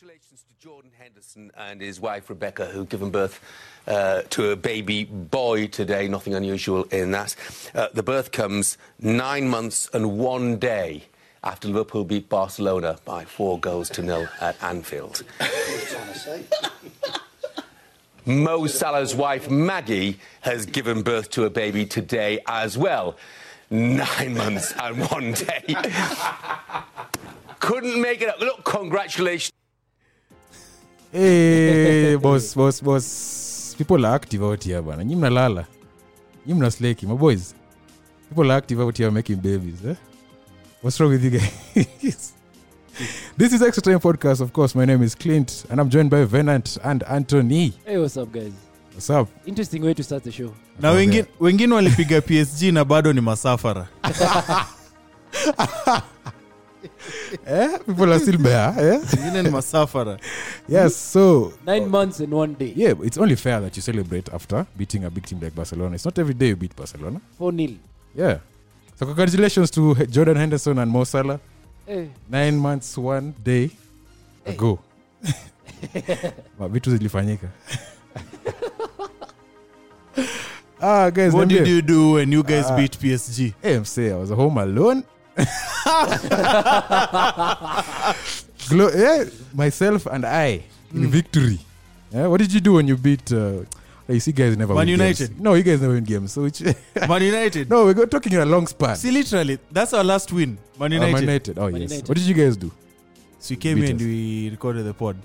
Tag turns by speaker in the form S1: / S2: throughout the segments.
S1: Congratulations to Jordan Henderson and his wife Rebecca, who given birth uh, to a baby boy today. Nothing unusual in that. Uh, the birth comes nine months and one day after Liverpool beat Barcelona by four goals to nil at Anfield. Mo Salah's wife Maggie has given birth to a baby today as well. Nine months and one day. Couldn't make it up. Look, congratulations.
S2: hey, Eh, boss, boss, boss. People are active out here, bana. Nyi mnalala. Nyi mnasleki, my boys. People are active out here making babies, eh? What's wrong with you guys? this is Extra Time Podcast, of course. My name is Clint, and I'm joined by Venant and Anthony.
S3: Hey, what's up guys?
S2: What's up?
S3: Interesting way to start the show.
S4: na
S2: Okay.
S4: wengine, wengine walipiga psg na bado ni masafara
S2: Eh? People are still there, eh?
S4: wengine ni masafara
S2: Yes, so
S3: Nine months and one day.
S2: yeah, it's only fair that you celebrate after beating a big team like Barcelona. It's not every day you beat Barcelona.
S3: Four nil.
S2: Yeah. So congratulations to Jordan Henderson and Mo Salah.
S3: Hey,
S2: nine months one day ago Ma- vitu zilifanyika ah, guys,
S4: what
S2: niambie. Ah.
S4: did you do when you guys beat psg
S2: Eh, msee, I was home alone Glo- yeah, myself and i
S4: Hmm.
S2: in victory yeah, what did you do when you beat uh, you see guys never
S4: Man
S2: win games.
S4: United.
S2: no you guys never win games so which
S4: man united
S2: no we're talking in a long span
S4: see literally that's our last win man
S2: Uh, Man
S4: united
S2: United. oh
S3: Man
S2: yes
S3: United.
S2: what did you guys do
S4: so we came
S2: Beat
S4: here and
S2: us.
S4: we recorded the pod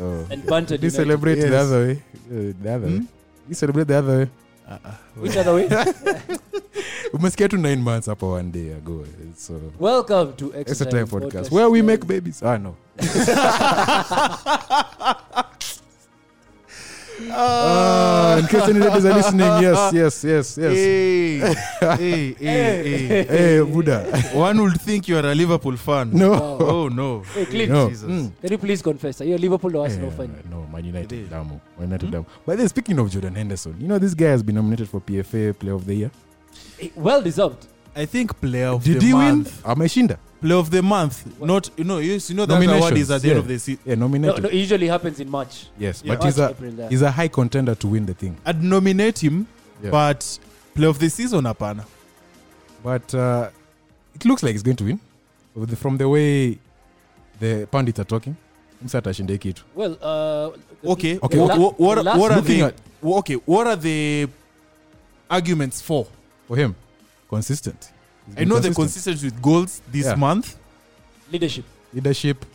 S2: oh.
S3: and banter.
S2: We celebrate
S4: Yes.
S2: the other way. Uh, the other way. We celebrate the other way.
S3: Which other way?
S2: We must get to nine months up one day ago. It's uh,
S3: Welcome to
S2: extra
S3: Extra,
S2: time podcast where we make babies. Ah no. Ah, in case any ladies are listening, yes, yes, yes, yes.
S4: Hey, hey, hey, hey.
S2: Hey, Buddha.
S4: one would think you are a liverpool fan
S2: eh. No.
S3: Wow.
S4: oh no
S3: Hey, Clint.
S2: No.
S4: Jesus.
S2: Mm.
S3: Can you please confess? Are you a Liverpool or Arsenal
S2: Eh,
S3: fan?
S2: no, Man
S4: It
S2: United
S4: is.
S2: Damu. Man United Damu. But then speaking of Jordan Henderson, you know this guy has been nominated for PFA Player of the Year.
S3: Hey, well deserved.
S4: i think player of
S2: Did
S4: the
S2: he win?
S4: month
S2: Ameshinda.
S4: play of the month not you know yes, you know that award is
S2: Nominations,
S4: at the end
S2: yeah.
S4: of the season
S2: Yeah,
S3: No,
S2: nominated.
S3: no, it usually happens in March.
S2: Yes,
S4: Yeah.
S2: but he's
S3: March,
S2: a
S3: April, yeah.
S2: he's a high contender to win the thing.
S4: i'd nominate him
S2: Yeah.
S4: but play of the season hapana
S2: But uh, it looks like he's going to win With the- from the way the pundits are talking. Msa atashinde kitu.
S3: Well, uh, the-
S2: Okay,
S4: okay okay
S3: la-
S4: what, what,
S3: the
S4: what,
S3: last-
S4: what are
S2: looking
S4: the
S2: at-
S4: wha- okay what are the arguments for
S2: For him, Mm-hmm. consistent. He's
S4: i
S2: been
S4: know the consistency with goals this
S2: Yeah.
S4: month
S3: leadership,
S2: leadership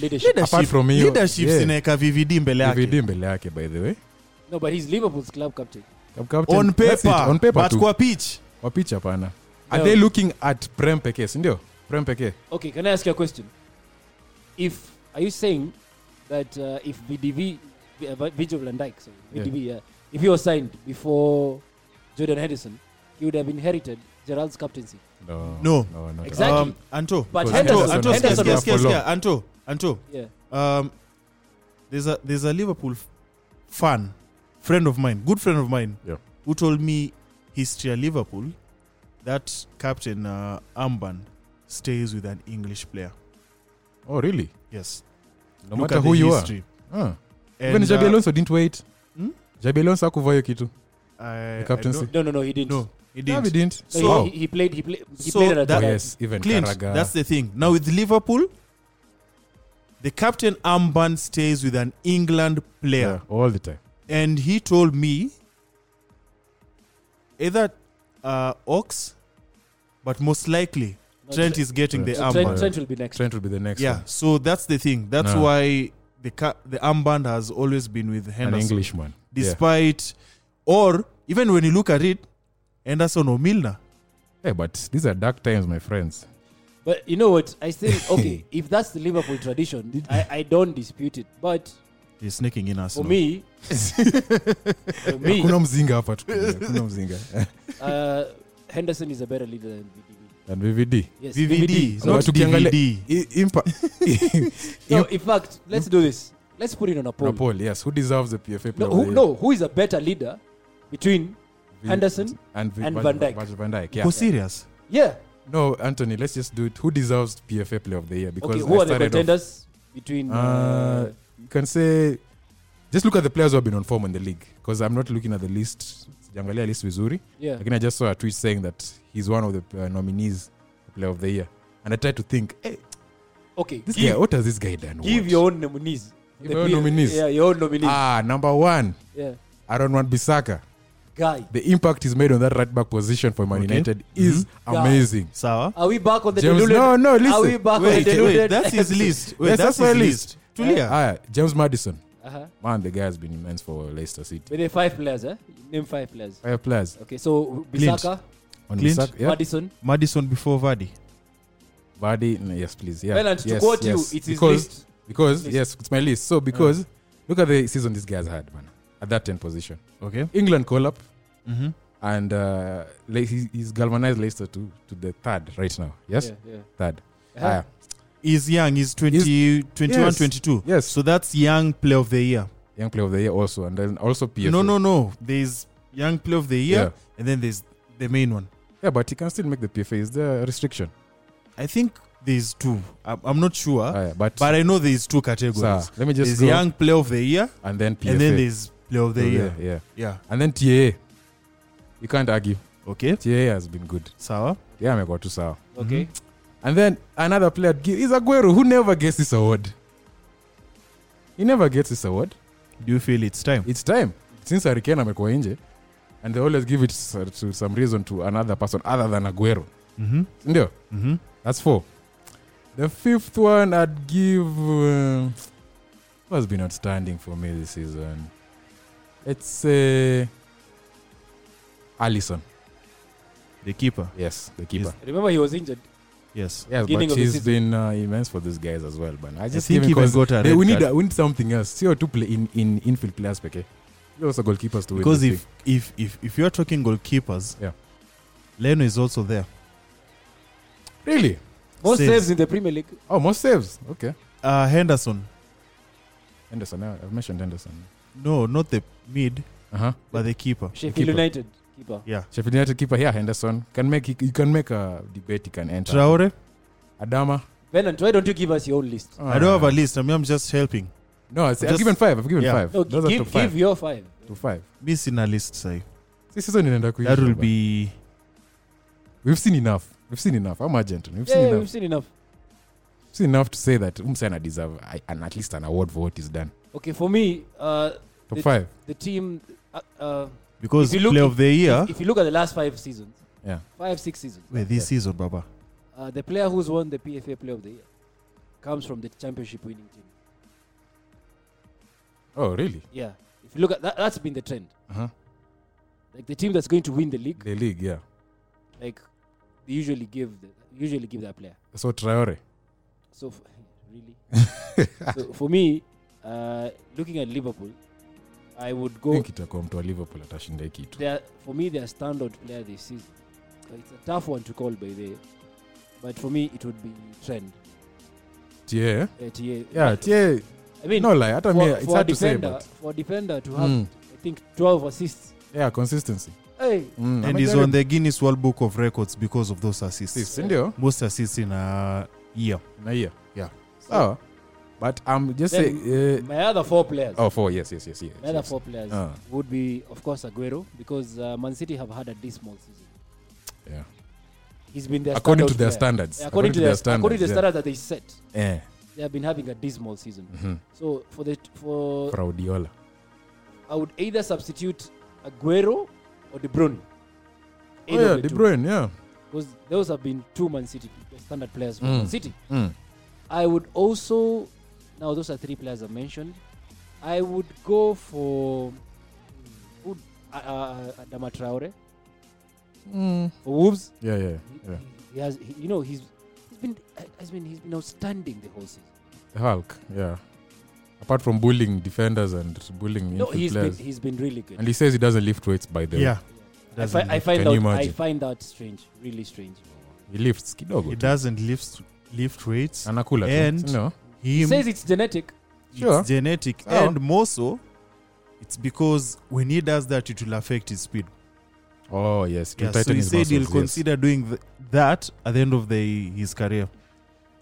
S3: leadership.
S2: Apart from hiyo,
S4: leadership
S2: yeah.
S4: zinaeka vvd mbele yake
S2: DVD mbele yake by the way.
S3: No, but he's Liverpool's club captain.
S2: Cup captain,
S4: on
S2: that's it,
S4: paper,
S2: on paper
S4: but
S2: tu.
S4: kwa pitch
S2: Kwa pitch hapana. Are
S3: No.
S2: they looking at Prem pekee, si ndio? Prem pekee.
S3: Okay, can I ask you a question? If are you saying that uh, if VDV, uh, Virgil van Dijk, sorry,
S2: Yeah.
S3: VDV, uh, if he was signed before Jordan Henderson, he would have inherited Gerald's captaincy.
S2: No.
S4: No.
S2: no not at
S3: Exactly.
S4: um, anto
S3: But
S2: Because
S3: Henderson,
S4: anto
S2: Henderson
S4: anto
S2: has been
S4: sikia,
S2: there
S4: sikia,
S3: Henderson,
S4: sikia,
S2: for
S4: sikia, anto anto
S3: yeah,
S4: um, there's a there's a liverpool f- fan friend of mine good friend of mine
S2: Yeah.
S4: who told me history of liverpool that captain uh, armband stays with an english player
S2: all. Oh really?
S4: yes
S2: No
S4: Look
S2: matter
S4: at the
S2: who you are.
S4: history.
S2: Ah.
S4: And,
S2: Even Jabi
S4: uh,
S2: Alonso didn't wait.
S4: Hmm?
S2: Jabi Alonso hakuvaa hiyo kitu.
S4: I- I
S2: captaincy.
S4: don't-
S3: no, no, no, he didn't.
S4: No, he
S2: No, he
S4: didn't.
S2: didn't.
S3: So
S4: So-
S3: he, he played. He played. He
S4: So
S3: played at
S4: that-
S3: that,
S2: Oh, yes, even
S4: Clint,
S2: Karaga.
S4: that's the thing. Now with Liverpool, the captain armband stays with an England player,
S2: all the time.
S4: and he told me either uh, Ox, but most likely
S3: No,
S4: Trent
S3: Tre-
S4: is getting the
S3: So
S2: Um,
S3: Trent,
S4: armband.
S3: Trent will be next.
S2: Trent will be the next.
S4: yeah,
S2: one.
S4: so that's the thing. That's
S2: No.
S4: why the ca- the armband has always been with
S2: an
S4: Henderson.
S2: Englishman.
S4: despite or even when you look at it, Henderson or Milner.
S2: yeah. Hey, but these are dark times, my friends.
S3: But you know what? I think okay. if that's the Liverpool tradition, I, I don't dispute it. But
S4: He's sneaking in us.
S3: for me, for me,
S2: Eh, Kuna mzinga hapa tu. Kuna mzinga.
S3: uh, Henderson is a better leader than VDV.
S2: And VVD.
S3: Yes,
S4: VVD, it's
S2: But
S4: not
S2: ukiangalia-
S4: DVD.
S2: I- Impa.
S3: No,
S2: Im-
S3: in fact, let's do this. Let's put it on a poll.
S2: Napoli, yes. Who deserves the PFA player?
S3: No,
S2: of the
S3: who,
S2: Year?
S3: no, who is a better leader between?
S2: V-
S3: Henderson
S2: and,
S3: and
S2: Van,
S3: Van Dijk.
S2: Van, Van Dijk.
S4: Go
S2: Yeah.
S4: serious.
S3: Yeah.
S2: No, Anthony, let's just do it. Who deserves PFA player of the year? Because
S3: Okay. Who
S2: I
S3: are the
S2: started off-
S3: contenders? between uh,
S2: Uh, you can say just look at the players who have been on form in the league because i'm not looking at the list sijaangalia list vizuri
S3: yeah
S2: lakini i just saw a tweet saying that he's one of the uh, nominees for player of the year and i tried to think hey,
S3: okay
S2: this
S3: give,
S2: guy what has this guy done
S3: give
S2: What?
S3: your own nominees
S2: Give
S3: The
S2: your own
S3: players-
S2: nominees.
S3: yeah your own nominees
S2: ah number one
S3: yeah
S2: aaron wan bisaka
S3: guy
S2: the impact he's made on that right back position for man
S4: Okay.
S2: united is
S3: Mm-hmm. Yeah.
S2: amazing
S4: sawa
S3: are we back on the
S2: James-
S3: deluded?
S2: no, no, listen.
S3: are we back on
S4: wait,
S3: the deluded?
S4: wait, that's his list wait,
S2: Yes,
S4: that's,
S2: that's my
S4: his list,
S2: list.
S4: tulia
S2: Aya, Ah, james madison
S3: uh-huh.
S2: man the guy has been immense for leicester city
S3: But there are five players, eh? Name five players.
S2: five players
S3: Okay, so
S4: Clint.
S3: Bisaka,
S2: on
S4: Clint.
S2: Bisaka- yeah.
S3: Madison.
S4: madison before vardy
S2: Vardy, no, yes, please. Yeah.
S3: Bernard, to
S2: yes,
S3: quote you,
S2: yes.
S3: it is
S2: because,
S3: list.
S2: Because,
S3: List. Mm.
S2: yes, it's my list. So, because look at the season this guy has had, man, at that 10 position.
S4: okay
S2: England call up,
S4: mm-hmm.
S2: and uh, Le- he, he's galvanized Leicester to, to the third right now. Yes?
S3: Yeah, yeah.
S2: Third. Ah,
S3: Uh-huh.
S2: Aya.
S4: he's young he's 20 21
S2: Yes.
S4: 22
S2: Yes.
S4: so that's young player of the year
S2: Young player of the year also, and then also PFA.
S4: no no no there's young player of the year
S2: Yeah.
S4: and then there's the main one
S2: Yeah, but he can still make the PFA. Is there a restriction?
S4: i think there's two i'm, I'm not sure
S2: Aya, Ah, but
S4: but i know there's two categories
S2: sir, let me just
S4: there's
S2: go.
S4: young player of the year
S2: and then PFA.
S4: and then there's player of the
S2: Yeah,
S4: year
S2: Yeah.
S4: yeah
S2: And then TAA. You can't argue.
S4: okay
S2: TAA has been good.
S4: sawa
S2: Yeah, I got to sour.
S3: Okay.
S2: Mm-hmm. And then another player gi- is Aguero, who never gets this award. He never gets this award.
S4: do you feel it's time
S2: It's time. Since Hurricane amekuwa nje, and they always give it s- to some reason to another person other than Aguero.
S4: mm-hmm.
S2: Ndio,
S4: Mm-hmm.
S2: that's four. The fifth one I'd give. Uh, who has been outstanding for me this season? uh, Let's say. Allison.
S4: the keeper
S2: Yes, the keeper.
S4: Yes.
S3: Remember, he was injured.
S4: yes
S2: Yes,
S3: Beginning
S2: but
S3: of the
S2: he's
S3: season.
S2: been uh, immense for these guys as well. But I just
S4: think
S2: give him
S4: even
S2: cause
S4: got a
S2: they-
S4: red
S2: we need
S4: card.
S2: a, we need something else. CO two play in, in infield players peke. You also goalkeepers to win
S4: because
S2: this
S4: if, if if if you're talking goalkeepers
S2: Yeah.
S4: leno is also there
S2: thing. really
S3: Most
S4: Saves.
S3: saves. in the Premier League.
S2: oh most saves okay.
S4: uh henderson
S2: Henderson, I- I've mentioned Henderson.
S4: no not the mid
S2: Uh huh.
S4: but the keeper
S3: Sheffield
S2: keeper.
S3: United keeper.
S4: yeah
S2: Sheffield United keeper here Henderson can make he, you can make a debate. He can enter
S4: traore
S2: Adama.
S3: Bernard, why don't you give us your own list?
S2: Uh,
S4: i don't have a list i mean i'm just helping
S2: No, I say- I've
S4: Just-
S2: given five. I've given
S4: Yeah.
S2: five.
S3: No,
S2: Those are to
S3: give,
S2: five.
S3: give your five.
S2: to five.
S4: mi sina list sai
S2: This season inaenda kuisha.
S4: that will
S2: but
S4: be
S2: We've seen enough. We've seen enough. I'm Argentina. We've
S3: Yeah,
S2: seen
S3: yeah,
S2: enough.
S3: we've seen enough.
S2: We've seen enough to say that Umsana deserve I- an at least an award for what he's done.
S3: Okay, for me, uh,
S2: Top
S3: It-
S2: five.
S3: the team. Uh, uh,
S4: because
S3: If you look-
S4: player of the year
S3: If you look at the last five seasons,
S2: Yeah.
S3: five six seasons,
S4: wait this season baba
S3: uh, the player who's won the PFA Player of the Year comes from the Championship winning team.
S2: Oh, really?
S3: Yeah, if you look at that, that's been the trend.
S2: Uh-huh.
S3: Like the team that's going to win the league,
S2: The league, yeah.
S3: like they usually give the, usually give that player.
S2: So Traore.
S3: So f- really, so for me, uh, looking at Liverpool, I would
S2: I
S3: go.
S2: think itakuwa mtu wa Liverpool atashinda hii kitu.
S3: They're, for me, they're standout player this season. So it's a tough one to call by the, but for me, it would be Trend.
S2: Tie.
S3: Uh, TA.
S2: Yeah, tie.
S3: I mean,
S2: No lie, hata
S3: for,
S2: mimi
S3: for
S2: it's
S3: a
S2: hard to say
S3: defender,
S2: but
S3: for a defender to have,
S2: Mm.
S3: I think, 12 assists.
S2: yeah, consistency.
S3: Hey,
S2: Mm.
S4: and he's on the guinness world book of records because of those assists
S2: Assists, eh? ndio?
S4: most assists in a year
S2: Na hiyo.
S3: so
S2: Sawa. But I'm just
S3: Then-
S2: say uh,
S3: my other four players,
S2: oh four, yes, yes, yes, yes.
S3: my other
S2: yes.
S3: four players
S2: Ah.
S3: would be, of course, Aguero because uh, Man City have had a dismal season.
S2: Yeah.
S3: He's been their
S2: According
S3: standout
S2: to their
S3: player.
S2: standards.
S3: Yeah, according, to their, according to the
S2: yeah.
S3: standards that they set,
S2: Eh.
S3: they have been having a dismal season.
S2: Mhm.
S3: So for the for
S2: Fraudiola.
S3: I would either substitute Aguero or De Bruyne.
S2: Oh yeah, De Bruyne, yeah.
S3: Because those have been two Man City standard players for
S2: Mm.
S3: Man City.
S2: Mm.
S3: I would also now those are three players I mentioned. I would go for would, uh, uh, Adama Traore
S2: Mm.
S3: for Wolves.
S2: Yeah, yeah,
S3: He,
S2: yeah.
S3: he has, he, you know, he's he's been has been he's been outstanding the whole season.
S2: The Hulk, yeah. Apart from bullying defenders and bullying
S3: No,
S2: infield
S3: he's
S2: players.
S3: been he's been really good.
S2: and he says he doesn't lift weights by the way.
S4: yeah
S3: I,
S4: doesn't
S3: fi- I find
S2: Can you
S3: out I
S2: imagine?
S3: find that strange, really strange.
S2: he lifts kidogo
S4: he
S2: tu.
S4: doesn't lift lift rates
S2: anakula tu.
S4: And-
S2: Si no?
S3: He
S4: him
S3: says it's Oh. genetic.
S2: Sure.
S4: it's genetic
S2: Sawa.
S4: and more so it's because when he does that it will affect his speed
S2: oh yes to
S4: yeah,
S2: tighten
S4: so he
S2: his
S4: said he'll
S2: muscles, yes.
S4: consider doing th- that at the end of the his career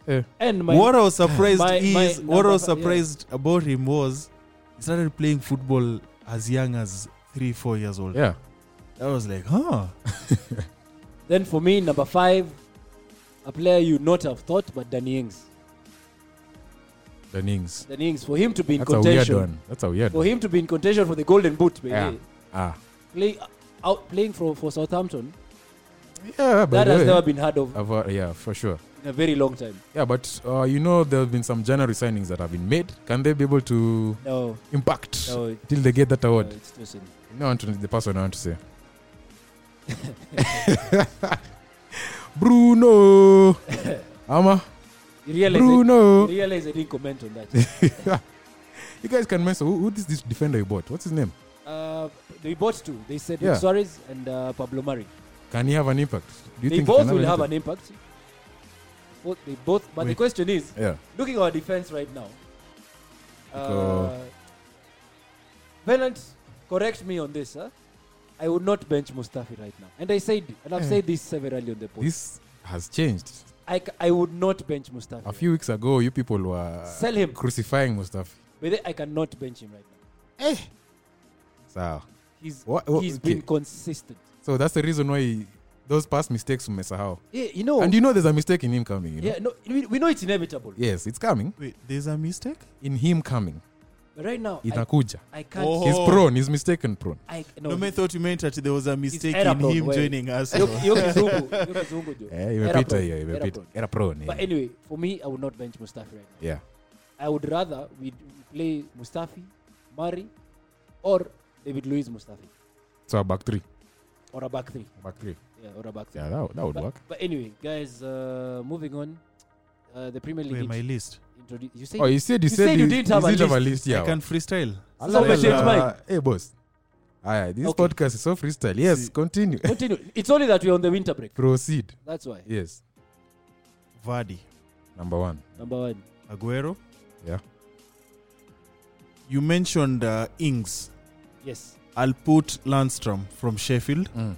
S2: Eh.
S3: And my
S4: what I was surprised
S3: my- my
S4: is what I was
S3: number- yeah.
S4: surprised about him was he started playing football as young as three, four years old.
S2: yeah
S4: I was like, huh.
S3: then for me number five, a player you not have thought, but Danny Ings.
S2: the Nings.
S3: Danny Ings for him to be in
S2: that's a weird
S3: contention.
S2: one that's a weird
S3: For
S2: one
S3: him to be in contention for the Golden Boot, baby.
S2: Yeah. ah
S3: Play uh, out playing for for Southampton.
S2: yeah by
S3: that
S2: the
S3: has
S2: way,
S3: never been heard of
S2: I've, uh, yeah for sure
S3: in a very long time.
S2: yeah but uh, you know there have been some January signings that have been made can they be able to
S3: No,
S2: impact
S3: no,
S2: till they get that
S3: no
S2: award
S3: it's too soon.
S2: No, I want to- the person I want to say. Bruno. Ama.
S3: You realize, I, you
S2: Bruno.
S3: realize I didn't comment on that.
S2: You guys can mess. Who, who is this defender you bought? What's his name?
S3: uh, they bought two. They said
S2: Yeah.
S3: Suarez and uh, Pablo Mari.
S2: Can he have an impact? Do
S3: They
S2: think he
S3: both
S2: can
S3: will have
S2: impact?
S3: an impact. Both, they both, but the
S2: Wait.
S3: question is,
S2: Yeah.
S3: looking at our defense right now. Uh,
S2: Because-
S3: Venant, correct me on this, huh? I would not bench Mustafi right now, and I said, and I've
S2: Eh.
S3: said this severally on the podcast.
S2: This has changed.
S3: I, c- I would not bench Mustafi.
S2: A few weeks ago, you people were
S3: Sell him.
S2: crucifying Mustafi.
S3: But then I cannot bench him right now.
S2: So,
S3: He's
S2: Wha- wha-
S3: he's
S2: okay.
S3: been consistent.
S2: so that's the reason why those past mistakes umesahau.
S3: Yeah, you know.
S2: And you know there's a mistake in him coming. You know?
S3: Oh. yeah, no, we, we know it's inevitable.
S2: Yes, it's coming.
S4: Wait, there's a mistake?
S2: In him coming.
S3: But right now, I,
S2: Inakuja.
S3: I can't.
S4: Oh.
S2: He's prone. He's mistaken prone.
S3: I no.
S4: No, man thought you meant that there was a mistake
S3: error
S4: in
S3: prone,
S4: him
S3: wait.
S4: joining us.
S3: Yo- yo kizungu, yo kizungu jo.
S2: Eh,
S3: Error
S2: imepita
S3: prone,
S2: hiyo,
S3: error
S2: imepita.
S3: prone.
S2: Era prone.
S3: But
S2: yeah.
S3: anyway, for me, I would not bench Mustafi right now.
S2: Yeah.
S3: I would rather we d- play Mustafi, Mari, or David Luiz Mustafi,
S2: So a back three.
S3: or a back three.
S2: Back three.
S3: Yeah, or a back three.
S2: Yeah, that, that would
S3: but,
S2: work.
S3: but anyway, guys, uh, moving on. Uh, the Premier
S4: Wait,
S3: League.
S4: my list.
S3: introdu- you say
S2: Oh, you said you,
S3: you said you
S2: is-
S3: didn't have
S2: is
S3: a
S2: it
S3: list.
S2: Yeah. uh,
S4: I can freestyle.
S3: So I'm gonna change mine.
S2: hey, boss. All right, this
S3: Okay.
S2: podcast is so freestyle. Yes, continue.
S3: Continue. It's only that we're on the winter break.
S2: Proceed.
S3: That's why.
S2: Yes.
S4: Vardy,
S2: Number one.
S3: Number one.
S4: Aguero.
S2: Yeah.
S4: You mentioned uh, Ings.
S3: Yes.
S4: I'll put Landstrom from Sheffield.
S3: Mm.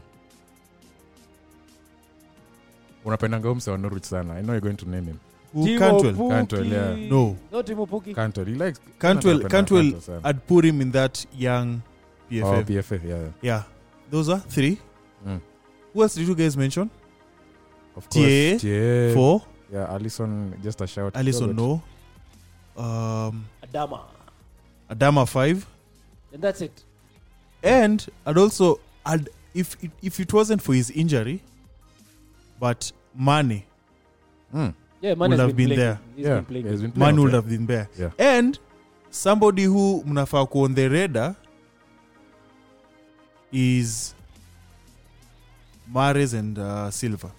S2: unapendanga huyu mse wa norwich sana i know you're going to name him
S4: Who
S3: Timo
S4: Cantwell?
S3: Pukki.
S2: Cantwell, yeah.
S4: No.
S3: No, Timo Pukki.
S2: cantwell he likes
S4: Cantwell,
S2: Napenda
S4: Cantwell,
S2: Cantwell sana.
S4: I'd put him in that young PFF.
S2: oh, pff yeah
S4: yeah. Those are three.
S2: Mm.
S4: Who else did you guys mention?
S2: of
S4: Thier,
S2: course Thier.
S4: Four.
S2: yeah alison just a shout
S4: Alison,
S2: Uh, Robert.
S4: no. Um,
S3: Adama.
S4: Adama, five.
S3: And that's it.
S4: And I'd also, I'd, if, it, if it wasn't for his injury, but Mane,
S2: mm.
S3: Yeah, man
S4: Would
S3: has
S4: have been
S3: playing.
S4: there.
S3: He's
S2: yeah
S3: been playing.
S2: he's been
S4: Mane
S2: playing okay.
S4: would have been there.
S2: Yeah.
S4: And somebody who mnafaa ku on the radar is Mares and uh, Silva.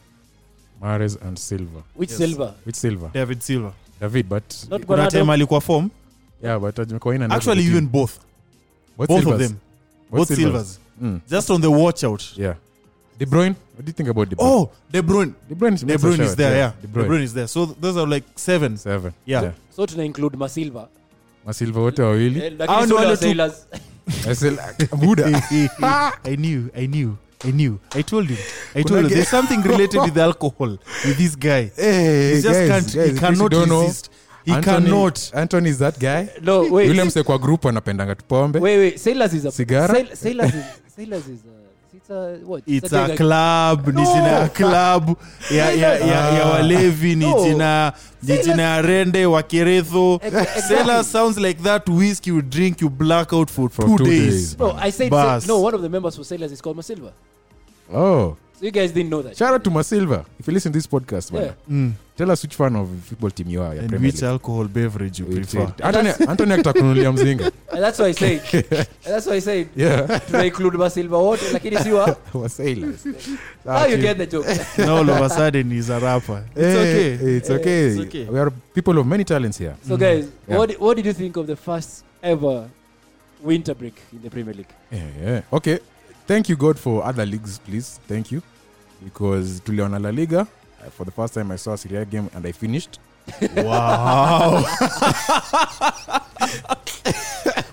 S2: mares and silver
S3: Which
S4: Yes.
S3: silver?
S2: which silver
S4: David Silva.
S2: david but
S3: Not
S4: Kuna time
S3: Bernardo.
S4: alikuwa form.
S2: yeah but ajimekuwa in and out of the
S4: Actually,
S2: team.
S4: even both.
S2: What
S4: both
S2: Silvers?
S4: of them.
S2: What
S4: both Silvers.
S2: Mm,
S4: Just on the watch out.
S2: yeah. De Bruyne. What do you think about De Bruyne?
S4: Oh, De Bruyne.
S2: De Bruyne,
S4: De Bruyne is there, yeah.
S2: De
S4: De
S2: Bruyne.
S4: Bruyne is there. So th- those are like seven.
S2: Seven.
S4: Yeah.
S3: So tuna include Masilva.
S2: Masilva wote wawili.
S3: Eh, lakini
S4: Hao ni
S3: sio
S4: wale
S3: wa
S4: tu-
S3: Sailors.
S2: Asil- Buda.
S4: I knew, I knew, I knew. I told you. I told you.
S2: Kunage-
S4: There's something related with alcohol with this guy.
S2: Hey,
S4: He just can't, he cannot resist. He
S2: Anthony,
S4: cannot.
S2: Anthony is that guy.
S3: No, wait.
S2: Yule mse kwa group anapendanga tupombe.
S3: Wait, wait. Sailors is a
S2: Sigara?
S3: Sail- Sailors is Sailors is a it's a what?
S4: It's
S3: drug
S4: a
S3: like-
S4: club. Ni jina club ya, ya, ya,
S2: Ah.
S4: ya walevi. Ni
S3: No.
S4: jina, ni
S3: Sailors-
S4: jina rende wa Keretho.
S3: Ex-
S4: Sailor
S3: exactly.
S4: sounds like that whiskey you drink, you black out for,
S2: For
S4: two,
S2: two
S4: days.
S2: days.
S3: No, I said
S4: Bas.
S3: no. One of the members for Sailors is called Masilva.
S2: Oh.
S3: So you guys didn't know that.
S2: Shout out to Masilva. If you listen to this podcast,
S3: Yeah.
S2: bwana. Tell us which fan of football team you are. ya
S4: Mm. And
S2: Premier
S4: which
S2: League.
S4: alcohol beverage you
S2: Which-
S4: prefer.
S2: Anthony Anthony atakununulia mzinga.
S3: And that's why I said. that's why I said.
S2: Yeah.
S3: Tuna include Masilva wote, lakini si wa.
S2: Wa Sailors.
S4: Ah,
S3: Now you
S2: Sawa,
S3: get the joke.
S4: now all of a sudden he's a rapper. It's
S2: Hey,
S4: okay.
S2: Eh,
S4: Eh,
S2: It's okay.
S4: It's okay.
S2: We are people of many talents here.
S4: Mm.
S3: So guys,
S2: Yeah.
S3: what what did you think of the first ever winter break in the Premier League?
S2: Yeah, Mm. yeah. Okay. Thank you God for other leagues, please. Thank you. Because tuliona La Liga uh, for the first time I saw a Serie A game and I finished.
S4: Wow.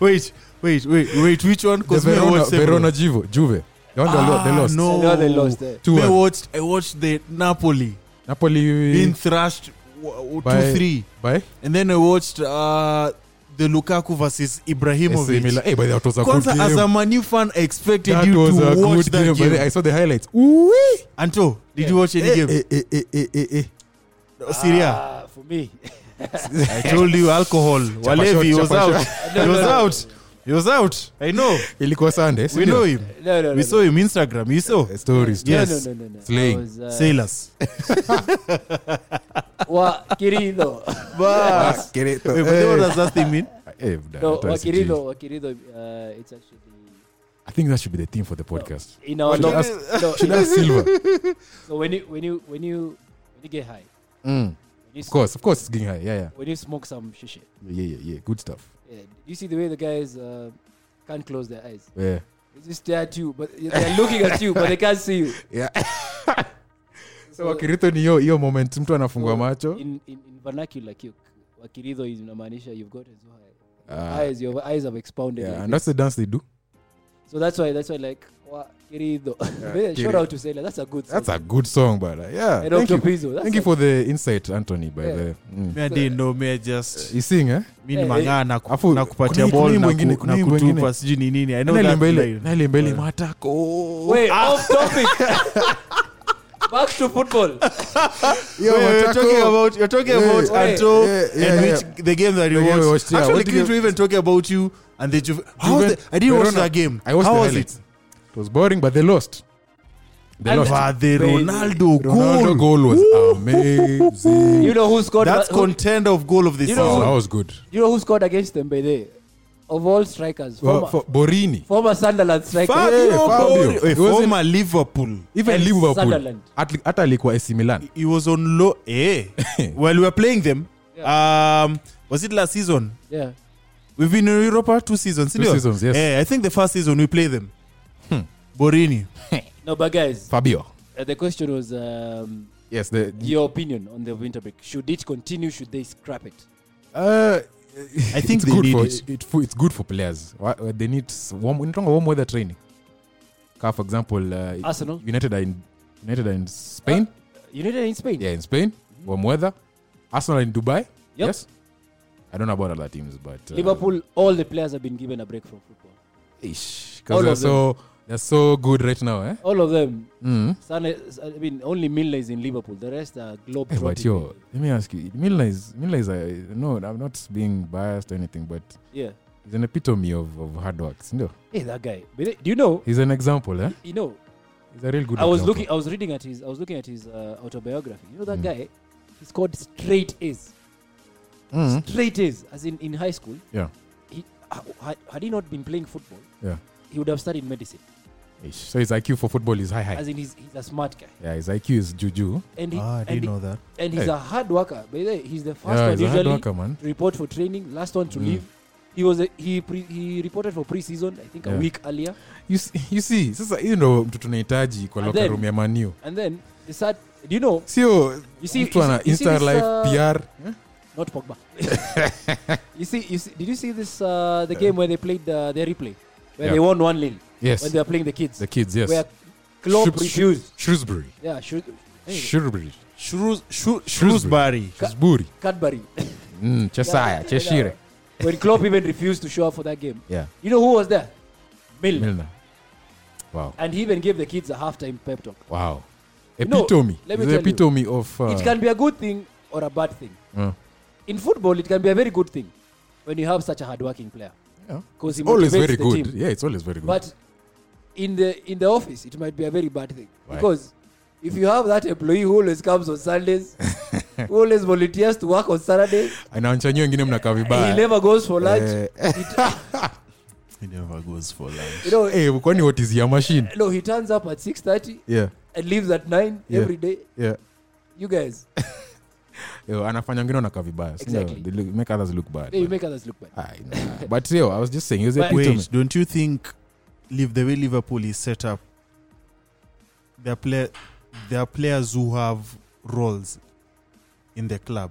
S4: wait, wait, wait, wait. Which one?
S2: The
S4: Because
S2: Verona, Verona Juve. Juve. The one they lo- they lost.
S4: Ah, No,
S3: The one they lost, eh.
S2: Two
S4: I
S2: one.
S4: watched. I watched the Napoli
S2: Napoli
S4: being thrashed w-
S2: By-
S4: two three,
S2: Bye.
S4: and then I watched uh, the Lukaku versus
S2: AC Milan.
S4: Ibrahimovic.
S2: Hey, by the way, that was a good
S4: Kwanza, as a
S2: game.
S4: Manu fan, I expected
S2: That
S4: you
S2: was
S4: to
S2: a
S4: watch
S2: good game. by
S4: that
S2: the way.
S4: game.
S2: I saw the highlights. Ooh-wee.
S4: Anto, did
S3: Yeah.
S4: you watch any
S2: Eh,
S4: game?
S2: eh, eh, eh, eh, eh, eh.
S4: Syria.
S3: Ah, for me.
S4: I told you alcohol.
S2: shot,
S4: Walevi he was
S2: chapa
S4: out.
S2: shot.
S4: He was out. He was out. I know.
S2: ilikuwa sunday Eh,
S4: We know him.
S3: No, no, no.
S4: We saw him Instagram. You saw.
S2: stories
S3: no,
S4: Yes.
S3: no, no, no, no.
S2: Slaying.
S3: I was, uh,
S4: Sailors.
S3: wa Kirido.
S4: But
S2: Eh,
S4: Wait, but what does that thing mean?
S3: No, wa Kirido, wa Kirido, uh, it's actually
S2: i think that should be the theme for the podcast
S3: in our
S2: Should I
S3: language- no,
S2: should
S3: in-
S2: ask silver
S3: so when you when you when you when you get high,
S2: mm.
S3: when you,
S2: of course of course it's getting high yeah yeah
S3: when you smoke some shishi,
S2: yeah yeah yeah good stuff
S3: yeah, you see the way the guys uh, can't close their eyes.
S2: yeah
S3: They just stare at you, but they're looking at you, but they can't see you.
S2: yeah so
S3: So
S2: wakirito ni hiyo hiyo moment mtu anafungua
S3: So,
S2: macho
S3: in, in, in vernacular, ki- wakiridho is inamaanisha you've got as high.
S2: Ah,
S3: eyes. Your eyes have expounded.
S2: yeah,
S3: like
S2: and
S3: this.
S2: that's the dance they do
S3: So that's why that's why like wakirido. Shout
S2: Kirido.
S3: out to Sailor. That's a good.
S2: that's
S3: song.
S2: a good song brother yeah
S3: And
S2: thank
S3: Dr.
S2: you
S3: Pizzo. That's
S2: thank you
S3: a-
S2: for the insight anthony by
S3: Yeah.
S2: the mm.
S4: Me, I didn't know. Me, I just.
S2: you sing eh
S4: mi ni
S3: Eh,
S4: mang'aa na
S2: Afu,
S4: ku- na kupatia
S2: kuna-
S4: ball
S2: kuna
S4: na ku-
S2: mwingine, kuna
S4: na
S2: mwingine.
S4: kutupa sijui ni nini I know that
S2: Nalemba ile-
S4: line.
S2: nalemba ile
S4: Yeah.
S2: matako
S3: Wait, off topic. Back to football.
S2: Yo,
S4: Wait, you're
S2: matako.
S4: talking about- you're talking
S2: Yeah,
S4: about
S3: yeah,
S4: Anto
S2: yeah,
S4: and
S2: yeah,
S4: which- the game that you
S2: The game we
S4: watched.
S2: watched, yeah.
S4: Actually,
S2: What did
S4: couldn't
S2: you-
S4: we even talk about you and the Juve- How was
S2: Juven-
S4: the- I didn't watch
S2: Verona.
S4: that game.
S2: I watched
S4: How
S2: the
S4: was
S2: highlights.
S4: it?
S2: It was boring, but they lost. They
S3: And-
S2: lost.
S4: But the
S3: Wait,
S4: Ronaldo
S2: Ronaldo
S4: goal.
S2: goal was amazing.
S3: You know who scored?
S4: That's
S3: who-
S4: contender of goal of the
S3: You
S4: season.
S3: know-
S2: oh, that was good.
S3: you know who scored against them by the of all strikers,
S2: Well,
S3: former,
S2: for Borini,
S3: former Sunderland striker.
S4: Fabio
S2: Yeah, Fabio.
S4: Borini. Eh,
S2: It wasn't-
S4: former Liverpool.
S2: even
S3: and
S2: Liverpool,
S3: Sunderland.
S2: at- hata alikuwa AC Milan.
S4: He was on low. Eh. While we were playing them, um, was it last season?
S3: Yeah.
S4: We've been in Europa two seasons.
S2: Two
S4: sindio?
S2: seasons, yes.
S4: Eh, I think the first season we play them. Borini.
S3: No, but guys,
S2: Fabio.
S3: uh, the question was um,
S2: Yes, the
S3: your opinion on the winter break. Should it continue? Should they scrap it?
S2: uh,
S4: I think
S2: it's
S4: they
S2: good
S4: need
S2: for
S4: it.
S2: it, for- It's good for players. Wha- uh, They need s- warm. In terms of warm weather training. Car, for example, uh,
S3: Arsenal.
S2: United are in United are in Spain.
S3: United in Spain.
S2: Yeah, in Spain, warm weather. Arsenal in Dubai.
S3: Yep.
S2: Yes. I don't know about other teams, but uh,
S3: Liverpool, all the players have been given a break from football.
S2: Ish,
S3: All
S2: because they're
S3: of
S2: so
S3: them.
S2: they're so good right now, eh?
S3: All of them.
S2: Mm.
S3: Sane, I mean, only Milner is in Liverpool. The rest are globe.
S2: Hey, but yo, let me ask you, Milan is Milan is a, no, I'm not being biased or anything, but
S3: Yeah.
S2: he's an epitome of, of hard work. No,
S3: Hey, that guy. But uh, Do you know?
S2: he's an example, eh?
S3: You know,
S2: He's a real good.
S3: I was
S2: example.
S3: looking. I was reading at his. I was looking at his uh, autobiography. You know that
S2: Mm.
S3: guy. He scored straight A's.
S2: Mm.
S3: Straight A's, as in in high school.
S2: Yeah.
S3: He ha- had, had he not been playing football.
S2: Yeah.
S3: He would have studied medicine.
S2: Ish. So his IQ for football is high, high.
S3: As in, he's, he's a smart guy,
S2: Yeah, his IQ is juju.
S3: and he,
S4: Ah, I
S3: and,
S4: didn't
S3: he,
S4: know that.
S3: and he's
S2: Hey.
S3: a hard worker. By the way, he's the first
S2: Yeah,
S3: one
S2: he's a hard
S3: usually
S2: worker, man.
S3: to report for training, last one to
S2: Mm.
S3: leave. He was a, he pre, he reported for preseason. I think a
S2: Yeah.
S3: week earlier,
S2: You see, you see, sasa hiyo ndo mtu tunahitaji kwa
S3: And
S2: locker
S3: then-
S2: room ya maniu
S3: and then the sad. Do you know?
S2: sio
S3: You see-
S2: mtu
S3: you
S2: ana
S3: see- you see
S2: insta
S3: this,
S2: life
S3: uh,
S2: pr eh?
S3: Not Pogba. you see, you see, did you see this? Uh, the game where they played uh, the replay, where
S2: Yeah.
S3: they won one nil when
S2: yes
S3: they were playing the kids,
S2: the kids yes
S3: where Klopp
S2: Shrew-
S3: refused.
S2: shrewsbury
S3: Yeah, shoot. Hey,
S2: shrewsbury
S4: Shrews- Shrew- Shrewsbury.
S2: shrewsbury
S3: Cadbury.
S2: mm, chesaya
S3: Yeah.
S2: cheshire
S3: when Klopp even refused to show up for that game,
S2: yeah
S3: you know who was there? Milner.
S2: Milner. Wow.
S3: And he even gave the kids a halftime pep talk.
S2: Wow.
S3: know,
S2: Epitome.
S3: let
S2: It's the
S3: me tell you.
S2: epitome of. Uh,
S3: it can be a good thing or a bad thing.
S2: uh,
S3: In football, it can be a very good thing when you have such a hardworking player
S2: yeah.
S3: because he
S2: Always
S3: motivates
S2: very
S3: the
S2: good.
S3: team.
S2: Yeah, it's always very good.
S3: But in the in the office, it might be a very bad thing
S2: Why?
S3: because if you have that employee who always comes on Sundays, who always volunteers to work on Saturdays,
S2: anaonchanyio wengine mnakaa
S3: he
S2: vibaya.
S3: never goes for lunch.
S2: Eh,
S4: He never goes for lunch.
S3: You know,
S2: eh, kwani what is your machine?
S3: no, he turns up at six thirty
S2: Yeah.
S3: and leaves at nine
S2: Yeah.
S3: every day.
S2: Yeah.
S3: You guys,
S2: Yo, anafanya wengine wanakaa vibaya. si ndio?
S3: Exactly.
S2: They look- make others look bad.
S3: you
S2: but-
S3: make others look bad.
S2: Ah, you know, But yo, I was just saying, he was
S3: But-
S2: epitome.
S4: Wait, don't you think live the way Liverpool is set up, there are, play, there are players who have roles in the club.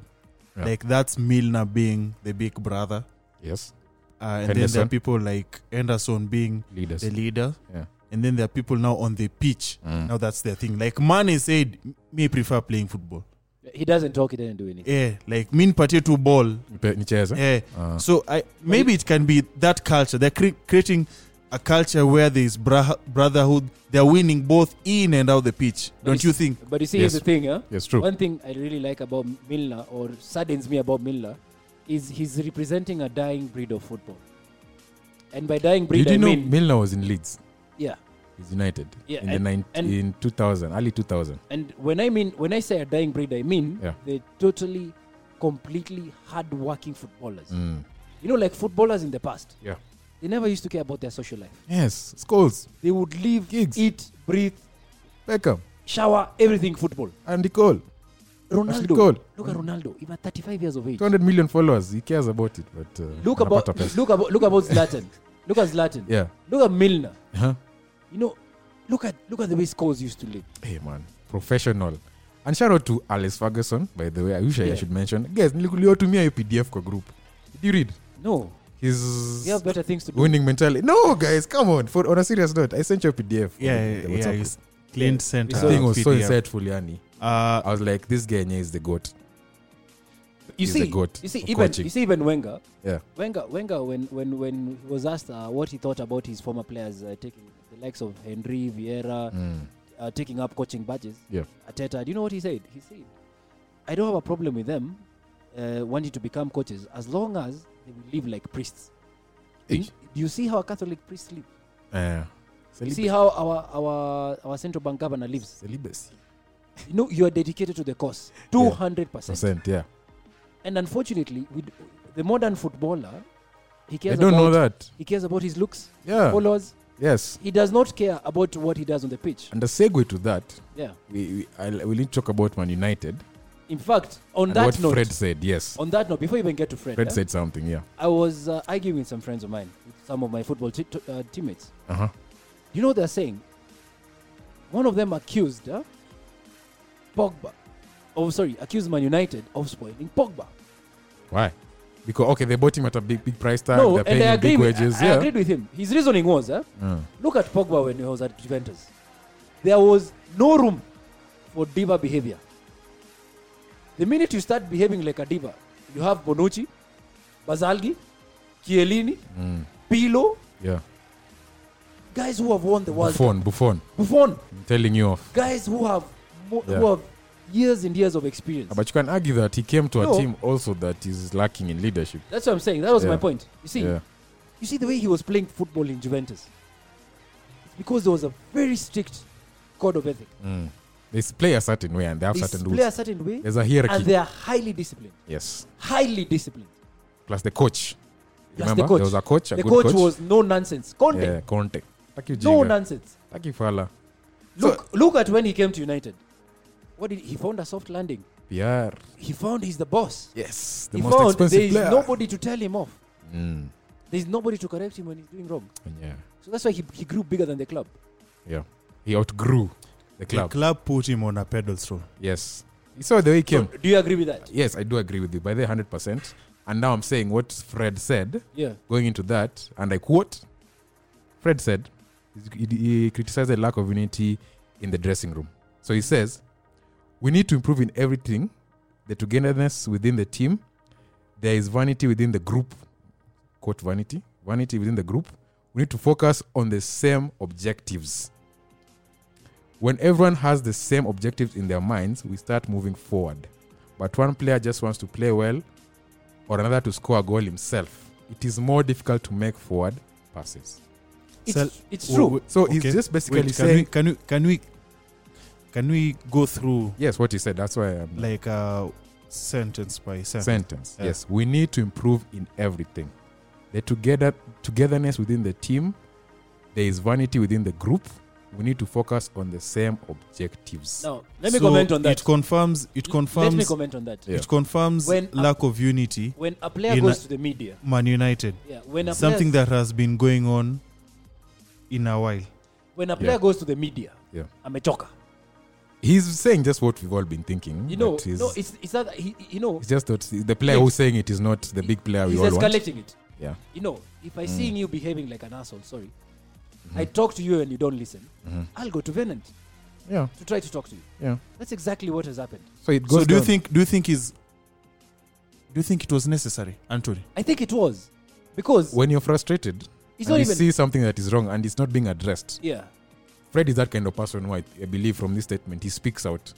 S2: Yeah.
S4: Like that's Milner being the big brother.
S2: Yes.
S4: Uh, and then there are
S2: Henderson.
S4: people like Anderson being
S2: Leaders.
S4: the leader.
S2: Yeah.
S4: And then there are people now on the pitch.
S2: Mm.
S4: Now that's their thing. Like Mane said, me prefer playing football.
S3: He doesn't talk. He doesn't do anything.
S4: eh, like mi nipatie tu ball
S2: Nipe- nicheze
S4: eh.
S2: Ah.
S4: so I, maybe it can be that culture they're cre- creating a culture where there is bra- brotherhood they're winning both in and out the pitch
S3: But
S4: don't you think
S3: But you see,
S2: Yes.
S3: here's the thing, huh?
S2: Yes, true.
S3: One thing I really like about Milner, or saddens me about Milner, is he's representing a dying breed of football. And by dying breed,
S2: Did you
S3: I
S2: know
S3: mean,
S2: Milner was in Leeds?
S3: yeah.
S2: He's United
S3: Yeah,
S2: in
S3: and-
S2: the 19,
S3: and-
S2: in 2000, early 2000.
S3: And when I mean, when I say a dying breed, I mean
S2: Yeah.
S3: they're totally, completely hard-working footballers.
S2: Mm.
S3: You know, like footballers in the past,
S2: Yeah.
S3: they never used to care about their social life.
S2: Yes, Scholes,
S3: They would live,
S2: Gigs.
S3: eat, breathe,
S2: Beckham,
S3: shower, everything football.
S2: Andy Cole, Ashley Cole.
S3: Ronaldo, look at Ronaldo, even at 35 years of age.
S2: 200 million followers. He cares about it, but uh,
S3: Look
S2: anapata
S3: about,
S2: pesa.
S3: look about, look about Zlatan. look at Zlatan.
S2: Yeah.
S3: Look at Milner.
S2: Huh?
S3: You know, look at look at the way scores used to live.
S2: Hey man, professional. And shout out to Alice Ferguson, by the way. I wish I
S3: Yeah.
S2: should mention. Guys, nilikutumia hiyo PDF kwa group. Did you read?
S3: No,
S2: His
S3: we have better things to do.
S2: winning mentality. No, guys, come on. For on a serious note, I sent you a PDF. on
S4: yeah
S2: the
S4: yeah,
S2: WhatsApp
S4: yeah,
S2: group.
S4: it's Clint sent
S2: This
S4: a
S2: thing was so
S4: PDF.
S2: insightful, yani.
S4: Uh,
S2: I was like, this guy yeah, is the goat.
S3: You
S2: He's
S3: see,
S2: the goat
S3: you see,
S2: of
S3: even
S2: coaching.
S3: you see, even Wenger.
S2: Yeah.
S3: Wenger, Wenger, when when when he was asked uh, what he thought about his former players uh, taking the likes of Henry, Vieira,
S2: Mm.
S3: uh, taking up coaching badges,
S2: Yeah.
S3: Ateta, do you know what he said? He said, "I don't have a problem with them uh, wanting to become coaches as long as they will live like priests." Do you- do you see how a Catholic priest live?
S2: Eh.
S3: You see how our our our central bank governor lives.
S2: Celibacy.
S3: You know, you are dedicated to the cause, two hundred percent.
S2: Percent, yeah.
S3: And unfortunately, with the modern footballer, he
S2: I
S3: cares
S2: don't
S3: about
S2: know that.
S3: he cares about his looks,
S2: Yeah.
S3: followers.
S2: Yes.
S3: He does not care about what he does on the pitch.
S2: And a segue to that,
S3: Yeah.
S2: we, we, I, we need to talk about Man United.
S3: In fact, on
S2: and
S3: that
S2: what
S3: note,
S2: Fred said, yes.
S3: on that note, before you even get to Fred,
S2: Fred
S3: eh,
S2: said something, yeah.
S3: I was uh, arguing with some friends of mine, with some of my football t- t- uh, teammates.
S2: Uh huh.
S3: You know what they're saying? One of them accused huh? Pogba. Oh, sorry, accused Man United of spoiling Pogba.
S2: Why? Because okay, they bought him at a big, big price tag.
S3: no,
S2: they're
S3: and
S2: paying
S3: I
S2: him
S3: agree.
S2: big
S3: With,
S2: wages.
S3: I, I
S2: yeah.
S3: agreed with him. His reasoning was, huh?
S2: Mm.
S3: look at Pogba when he was at Juventus. There was no room for diva behavior. The minute you start behaving like a diva, you have Bonucci, Bazalgi, Chiellini,
S2: Mm.
S3: Pirlo,
S2: Yeah.
S3: guys who have won the world, Cup.
S2: Buffon, Buffon.
S3: Buffon,
S2: I'm telling you off.
S3: guys who have mo-
S2: Yeah.
S3: who have years and years of experience.
S2: But you can argue that he came to a
S3: No.
S2: team also that is lacking in leadership.
S3: That's what I'm saying. That was
S2: Yeah.
S3: my point. You see,
S2: Yeah.
S3: you see the way he was playing football in Juventus. It's because there was a very strict code of ethic.
S2: Mm. They play a certain way and they have
S3: They
S2: certain
S3: play a
S2: rules.
S3: certain way,
S2: There's a
S3: and
S2: hierarchy.
S3: they are highly disciplined.
S2: Yes.
S3: highly disciplined.
S2: Plus the coach.
S3: Plus
S2: Remember?
S3: the coach.
S2: There was a coach, a
S3: the
S2: good
S3: coach, was no nonsense. Conte,
S2: yeah, Conte. Thank you,
S3: no
S2: Jiga.
S3: nonsense.
S2: Thank you, Fala.
S3: Look, look at when he came to United. What did he found a soft landing?
S2: PR.
S3: He found he's the boss.
S2: Yes. The
S3: he
S2: most
S3: found there
S2: expensive
S3: is
S2: player.
S3: nobody to tell him off.
S2: Mm.
S3: There is nobody to correct him when he's doing wrong.
S2: Yeah.
S3: So that's why he, he grew bigger than the club.
S2: Yeah. He outgrew the
S4: the
S2: club.
S4: club put him on a pedestal
S2: Yes. You saw the way he came.
S3: So, do you agree with that?
S2: Yes, I do agree with you by the 100%. And now I'm saying what Fred said,
S3: Yeah.
S2: going into that, and I quote Fred said, he, he criticized the lack of unity in the dressing room. So he says, We need to improve in everything the togetherness within the team. There is vanity within the group. Quote vanity. Vanity within the group. We need to focus on the same objectives. When everyone has the same objectives in their minds, we start moving forward. But one player just wants to play well or another to score a goal himself. It is more difficult to make forward passes.
S3: It's,
S4: Sel-
S3: it's
S4: w-
S3: true.
S4: w-
S2: So Oh, he's
S4: okay.
S2: just basically
S4: Wait, can
S2: saying,
S4: we, can we can we can we go through
S2: yes, what he said. That's why I'm
S4: like uh sentence by sentence
S2: sentence.
S4: Yeah.
S2: Yes, we need to improve in everything. The together togetherness within the team, there is vanity within the group. We need to focus on the same objectives.
S3: now, let me
S4: So
S3: comment on that.
S4: it confirms it
S3: L-
S4: confirms
S3: Let me comment on that.
S2: Yeah.
S4: it confirms
S3: When a-
S4: lack of unity
S3: When a player
S4: In
S3: goes
S4: a-
S3: to the media,
S4: man united
S3: yeah, when a
S4: something
S3: player,
S4: that has been going on in a while
S3: when a player
S2: Yeah.
S3: goes to the media,
S2: Yeah.
S3: amechoka.
S2: He's saying just what we've all been thinking.
S3: You know,
S2: but he's,
S3: no, it's it's not. that- He, he- you know,
S2: it's just that the player who's saying it is not the big player we
S3: he's
S2: all want. Mm.
S3: escalating it.
S2: Yeah.
S3: You know, if I seeing you
S2: Mm-hmm.
S3: behaving like an asshole, sorry, I talk to you and you don't listen, I'll go to Venant.
S2: Yeah.
S3: to try to talk to you.
S2: Yeah.
S3: That's exactly what has happened.
S2: So it goes
S4: So do you
S2: down.
S4: think do you think is do you think it was necessary, Anthony?
S3: I think it was because
S2: when you're frustrated
S3: it's
S2: and
S3: not
S2: you
S3: even.
S2: see something that is wrong and it's not being addressed,
S3: yeah,
S2: Fred is that kind of person who I, I believe from this statement he speaks out,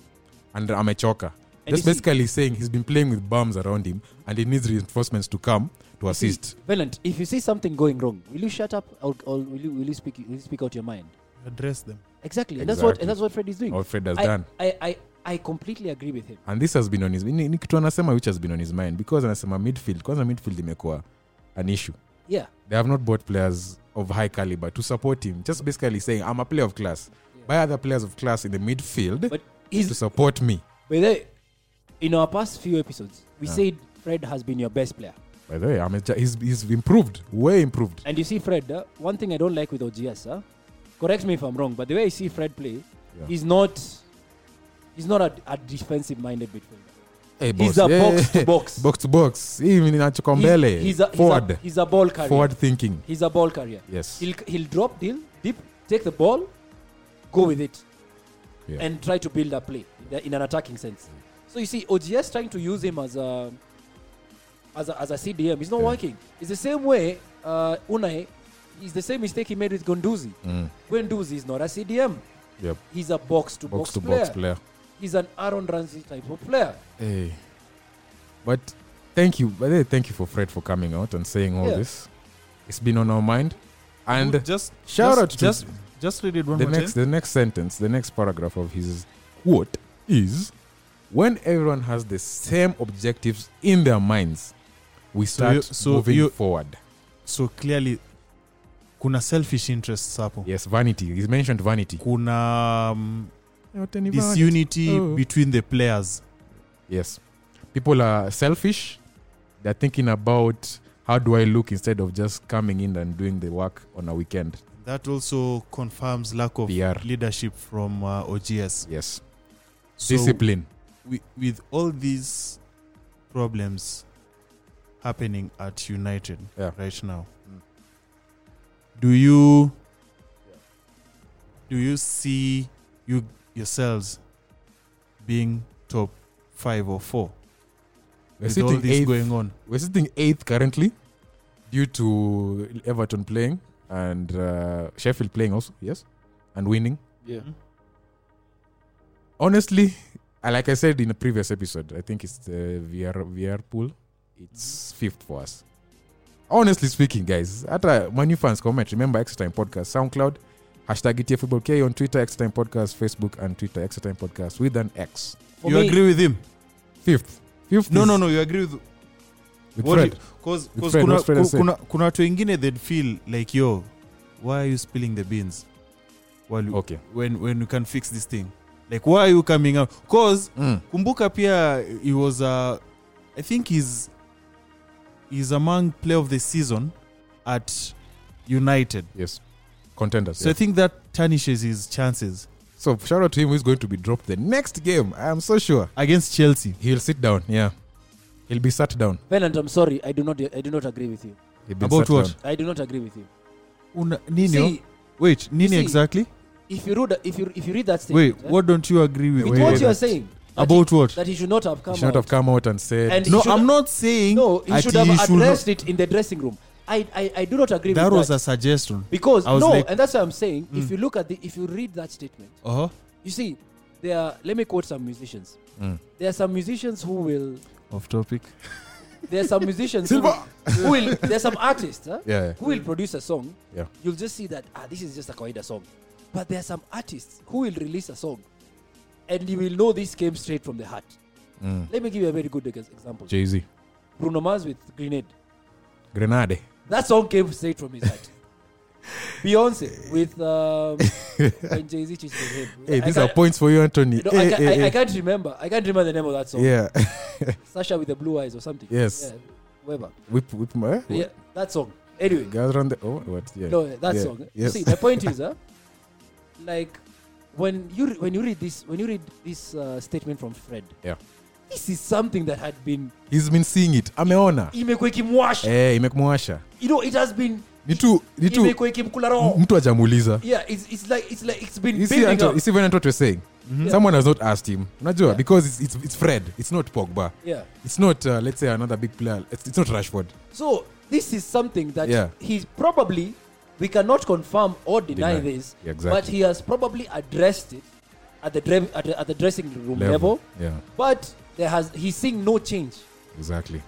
S2: and I'm a choker.
S3: And
S2: That's
S3: you see-
S2: basically saying he's been playing with bombs around him and he needs reinforcements to come to assist.
S3: Valent, if you see something going wrong, will you shut up or, or will, you, will you speak will you speak out your mind?
S4: Address them.
S3: Exactly, and that's what
S2: Exactly.
S3: and that's what Fred is doing.
S2: Or Fred has
S3: I,
S2: done.
S3: I, I, I completely agree with him.
S2: and this has been on his ni, ni kitu anasema which has been on his mind because anasema midfield kwanza midfield imekuwa an issue
S3: Yeah,
S2: they have not bought players of high caliber to support him just basically saying i'm a player of class buy other players of class in the midfield
S3: but
S2: to
S3: he's
S2: support me
S3: by the, in our past few episodes we said Fred has been your best player,
S2: by the way I'm a, ja- he's, he's improved way improved
S3: and you see Fred. uh, one thing I don't like with OGS, huh? uh, correct me if I'm wrong, but the way I see Fred play,
S2: Yeah.
S3: he's not he's not a, a defensive minded midfielder.
S2: hey,
S3: He's a box to box.
S2: box to box even inachoka mbele
S3: He's, he's, a,
S2: forward
S3: he's a he's a ball carrier.
S2: forward thinking
S3: He's a ball carrier.
S2: yes
S3: He'll, he'll drop deal deep, take the ball, go with it,
S2: Yeah. Mm.
S3: and try to build a play in a- in an attacking sense. So you see, OGS trying to use him as a as a, as a CDM. It's not
S2: Yeah.
S3: working. It's the same way uh, Unai. It's the same mistake he made with Gonduzi.
S2: Mm,
S3: Gonduzi is not a CDM.
S2: yep.
S3: He's a box to
S2: box
S3: box
S2: to
S3: player.
S2: box player
S3: He's an Aaron Ramsey type of player.
S2: Hey. But thank you, by the way, thank you for Fred for coming out and saying all
S3: Yeah.
S2: this. It's been on our mind. And
S4: Would just
S2: shout
S4: just,
S2: out to-
S4: just just read it one
S2: the
S4: more
S2: next
S4: time.
S2: the next sentence, the next paragraph of his quote is when everyone has the same objectives in their minds, we start
S4: you- so
S2: moving
S4: you-
S2: forward.
S4: So clearly kuna selfish interests hapo.
S2: Yes, vanity. He's mentioned vanity.
S4: Kuna um,
S2: Disunity.
S4: disunity
S2: Oh.
S4: between the players.
S2: Yes. People are selfish. They're thinking about how do I look instead of just coming in and doing the work on a weekend.
S4: That also confirms lack of
S2: PR.
S4: leadership from uh, OGS.
S2: Yes.
S4: So
S2: discipline.
S4: wi- with all these problems happening at United
S2: Yeah. Mm.
S4: right now, do you do you see you yourselves being top five or four
S2: We're
S4: with all
S2: sitting,
S4: this
S2: eighth,
S4: going on?
S2: we're sitting eighth currently due to Everton playing and uh, Sheffield playing also, yes, and winning.
S3: Yeah.
S2: Honestly, uh, like I said in a previous episode, I think it's the VR, VR pool.
S4: Mm-hmm.
S2: It's fifth for us. Honestly speaking, guys, at a Manu fans comment, remember Extra Time Podcast, SoundCloud, hashtag ETA Football K on Twitter, Extra Time Podcast, Facebook, and Twitter, Extra Time Podcast with an X.
S3: For
S4: you
S3: me,
S4: agree with him?
S2: Fifth. Fifth.
S4: No,
S2: is
S4: no, no. You agree with
S2: With
S4: What
S2: Fred.
S4: do you- 'cause-
S2: With
S4: 'cause
S2: Fred,
S4: kuna-
S2: what Fred has
S4: ku- kuna- kuna watu wengine they'd feel like yo why are you spilling the beans while you,
S2: Okay.
S4: when, when you can fix this thing like why are you coming out cause
S2: Mm.
S4: kumbuka pia he was uh, i think he's he's among player of the season at united
S2: Yes. Contenders.
S4: so
S2: yeah.
S4: i think that tarnishes his chances
S2: So shout out to him who's going to be dropped the next game. I am so sure.
S4: against chelsea
S2: He'll sit down. Yeah. He'll be sat down.
S3: Venant, I'm sorry, I do not I do not agree with you.
S2: He'll be
S4: About
S2: sat
S4: what?
S2: down.
S3: I do not agree with you.
S4: Una, nini
S3: See,
S4: wait nini
S3: see,
S4: exactly
S3: if you read if you if you read that
S4: wait
S3: statement, eh,
S4: what don't you agree with
S3: with
S2: wait,
S3: what
S2: wait,
S3: you are
S2: that-
S3: saying that
S4: about
S3: he,
S4: what
S3: that he should not have come
S2: He should not
S3: out.
S2: have come out and said
S3: And- He
S4: no
S3: should-
S4: i'm not saying
S3: no, he
S4: that
S3: should have
S4: he should not-
S3: addressed it in the dressing room. I I, I do not agree
S4: that
S3: with
S4: was
S3: that
S4: a suggestion
S3: because
S4: I was
S3: no,
S4: like- mm.
S3: and that's what I'm saying. If you look at the if you read that statement,
S4: uh-huh
S3: you see there. Are, let me quote some musicians.
S2: Mm.
S3: There are some musicians who will.
S4: off topic
S3: There are some musicians who, will- who will. There are some artists huh,
S2: Yeah. yeah.
S3: who will produce a song.
S2: Yeah.
S3: You'll just see that ah, this is just a kawaida song, but there are some artists who will release a song, and you will know this came straight from the heart.
S2: Mm.
S3: Let me give you a very good ex- example.
S2: Jay Z.
S3: Bruno Mars with Grenade.
S2: Grenade.
S3: That song came straight from his heart. Beyonce with um, when Jay Z cheated on him.
S2: Hey,
S3: I
S2: these are
S3: can't-
S2: points for you, Anthony.
S3: you know,
S2: Hey,
S3: I, can't,
S2: hey,
S3: I, I
S2: hey.
S3: can't remember. I can't remember the name of that song.
S2: Yeah.
S3: Sasha with the blue eyes or something.
S2: Yes.
S3: Yeah, whoever.
S2: whip, whip, eh?
S3: Yeah, that song. Anyway,
S2: Guys around the. Oh, what? Yeah.
S3: no, that
S2: Yeah.
S3: song. You
S2: Yes.
S3: See, the point is, uh, like when you re- when you read this when you read this uh, statement from Fred.
S2: Yeah.
S3: This is something that had been
S2: He's been seeing it. Ameona.
S3: imekuwa ikimwash.
S2: Eh, imekumuasha.
S3: You know, it has been
S2: ni tu ni tu
S3: imekuwa ikimkula roho
S2: mtu ajamuuliza
S3: yeah it's, it's like it's like it's been
S2: Isi
S3: building
S2: Anto-
S3: up Mm-hmm.
S2: isi when Anto was saying someone has not asked him unajua
S3: Yeah.
S2: because it's, it's, it's fred it's not pogba
S3: yeah
S2: it's not uh, let's say another big player it's, it's not rashford
S3: So this is something that
S2: Yeah.
S3: he's probably we cannot confirm or deny,
S2: Deny.
S3: this,
S2: Yeah, exactly.
S3: but he has probably addressed it at the dre- at, the- at the dressing room level.
S2: yeah
S3: But there has he's seeing no change.
S2: exactly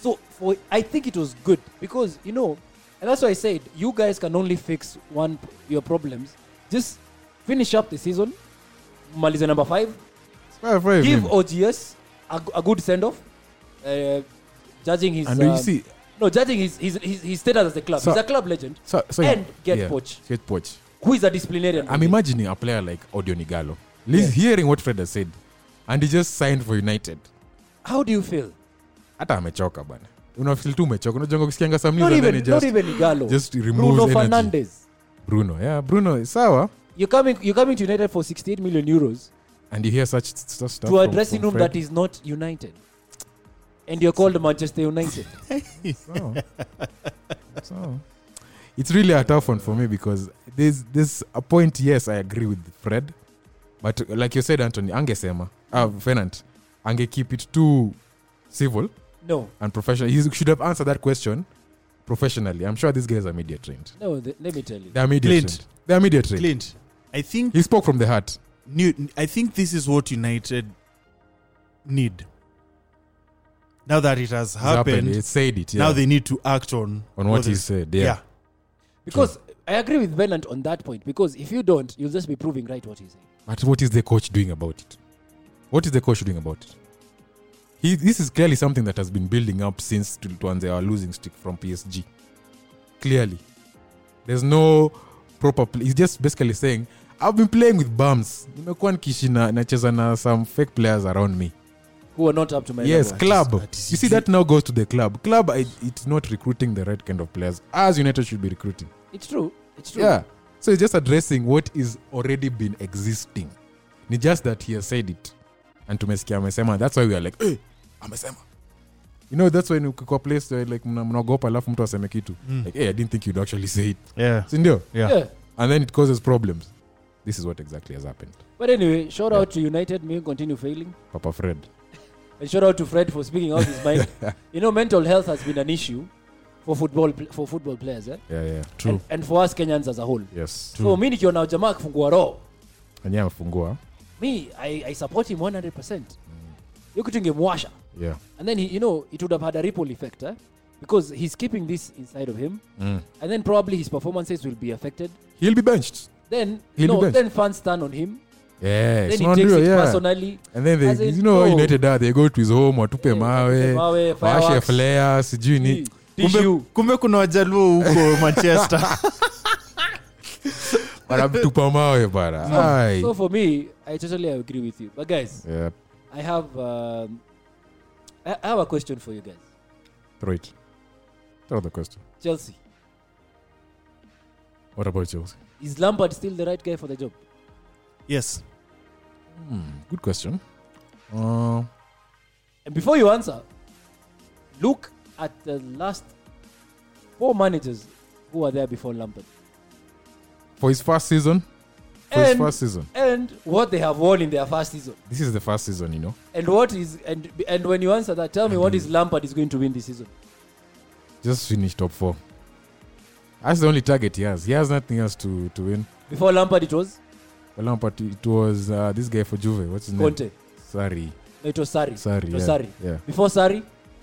S3: So for I think it was good because you know, and that's why I said you guys can only fix one p- your problems. Just finish up the season. Maliza number five.
S2: Well, for
S3: Give
S2: him.
S3: OGS a, g- a good send off. Uh, judging his
S2: and you
S3: um,
S2: see
S3: no, judging his, his, his, his status as a club.
S2: So-
S3: He's a club legend
S2: so, so
S3: and get
S2: yeah,
S3: poached.
S2: get poach
S3: who is a disciplinarian.
S2: i'm imagining a player like audio nigalo He's hearing what fred has said and he just signed for united
S3: How do you feel?
S2: hata amechoka bana unafil tu umechoka unajonga kusikianga some news
S3: Not
S2: and then
S3: even,
S2: it
S3: not
S2: just
S3: even Igalo.
S2: just removes
S3: Bruno
S2: energy.
S3: Fernandez.
S2: bruno yeah bruno sawa
S3: You're coming, you're coming to United for 68 million euros
S2: and you hear such st- st- stuff
S3: to a
S2: from-
S3: dressing
S2: from
S3: room
S2: Fred.
S3: that is not United. And you're called Manchester United.
S2: so, so it's really a tough one for me because there's there's a point yes i agree with fred but like you said anthony angesema uh, fernand ange keep it too civil
S3: no,
S2: and professional he should have answered that question professionally i'm sure these guys are media trained
S3: no, th- let me tell you.
S2: they're media
S4: Clint.
S2: trained they're media trained
S4: Clint, I think
S2: he spoke from the heart
S4: new, I think this is what United need. Now that it has
S2: It's
S4: happened,
S2: he said it yeah,
S4: now they need to act on
S2: on what he
S4: this-
S2: said yeah,
S4: yeah.
S3: Because I agree with Bernard on that point. Because if you don't, you'll just be proving right what he's saying.
S2: But what is the coach doing about it? What is the coach doing about it? He, this is clearly something that has been building up since Tu- tuanze our losing streak from PSG. Clearly, there's no proper. Play. He's just basically saying, "I've been playing with bums. Nimekuwa nikiishi na nacheza na some fake players around me."
S3: Who are not up to my
S2: yes,
S3: level.
S2: club.
S4: that is-
S2: you see, that now goes to the club. Club, I, it's not recruiting the right kind of players as United should be recruiting.
S3: It's true. It's true.
S2: Yeah. So it's just addressing what is already been existing. Ni just that he has said it. And tumesikia amesema. That's why we are like, hey, amesema. You know, that's when ukikuwa place where like mna- mnaogopa alafu mtu aseme kitu. Like, hey, I didn't think you'd actually say it.
S4: Yeah.
S2: Si ndio?
S4: Yeah.
S3: Mm. yeah.
S2: And then it causes problems. This is what exactly has happened.
S3: But anyway, shout out to United. May you continue failing.
S2: Papa Fred.
S3: And shout out to Fred for speaking out his mind. you know, mental health has been an issue for football pl- for football players, eh?
S2: Yeah, yeah.
S3: And, and for us Kenyans as a whole.
S2: Yes.
S3: So mi nikiona jamaa akifungua roho,
S2: Anya amefungua.
S3: me I, I support him 100%. Hiyo kitu ingemwasha.
S2: Yeah.
S3: And then he, you know, it would have had a ripple effect, eh? Because he's keeping this inside of him,
S2: Mm.
S3: and then probably his performances will be affected.
S2: He'll be benched.
S3: Then
S2: He'll be
S3: no,
S2: benched.
S3: then fans turn on him.
S2: Yeah.
S3: Then
S2: it's
S3: he
S2: not
S3: takes
S2: real,
S3: it
S2: yeah.
S3: personally.
S2: and then
S3: As
S2: they,
S3: in,
S2: you know
S3: no.
S2: united are they go to his home watupe
S3: Eh,
S2: mawe
S3: mawe,
S2: waashe
S3: fireworks.
S2: flare sijui
S3: He-
S2: ni
S3: tissue.
S4: Kumbe, kumbe kuna wajaluo huko manchester
S2: wanamtupa mawe bara Ai.
S3: So for me, I totally agree with you. But guys,
S2: Yeah,
S3: I have um, I I have a question for you guys.
S2: throw it throw the question
S3: Chelsea,
S2: what about Chelsea
S3: is Lampard still the right guy for the job?
S4: yes
S2: good question uh,
S3: And before you answer, look at the last four managers who were there before Lampard
S2: for his first season for his
S3: and,
S2: first season
S3: and what they have won in their first season.
S2: this is the first season you know
S3: And what is and and when you answer that, tell me what
S2: Mm-hmm.
S3: is Lampard is going to win this season.
S2: just finish top four that's the only target he has he has nothing else to, to win
S3: Before Lampard, it was
S2: Well, no, but it was uh, this guy for Juve what's his name
S3: Conte.
S2: Sari
S3: No, it was Sari.
S2: Sari
S3: It was
S2: Mm-hmm. yeah.
S3: Sarri.
S2: yeah
S3: Before Sari,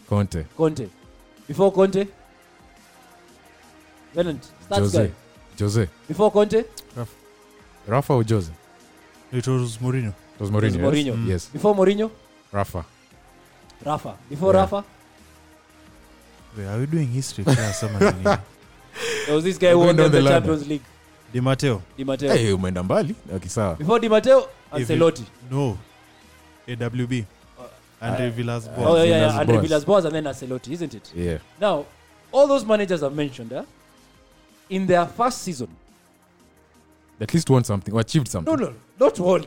S2: Conte
S3: Conte. Before Conte, Venant. That's
S2: Jose
S3: guy.
S2: Jose
S3: Before Conte,
S2: Rafa or Jose
S4: it was Mourinho.
S2: It was Mourinho.
S3: was
S2: yes?
S3: Mourinho.
S2: Mm. Yes.
S3: before Mourinho,
S2: Rafa.
S3: Rafa. Before
S2: Yeah.
S3: Rafa,
S4: Wait, are we doing history class ama nini?
S3: there was this guy
S2: We're going
S3: who
S2: down
S3: won them the,
S2: the ladder.
S3: Champions League.
S4: Di Matteo
S3: Di Matteo.
S2: Hey, umeenda mbali. Okay, sawa.
S3: Before Di Matteo,
S4: If you-
S3: Ancelotti.
S4: no awb andre villas
S2: uh,
S3: Oh, yeah, yeah,
S2: Villas
S3: yeah. Andre
S2: Boas.
S3: Villas-Boas and then Ancelotti, isn't it?
S2: Yeah.
S3: Now, all those managers I've mentioned, eh, in their first season,
S2: At least won something or achieved something.
S3: no, no, not one,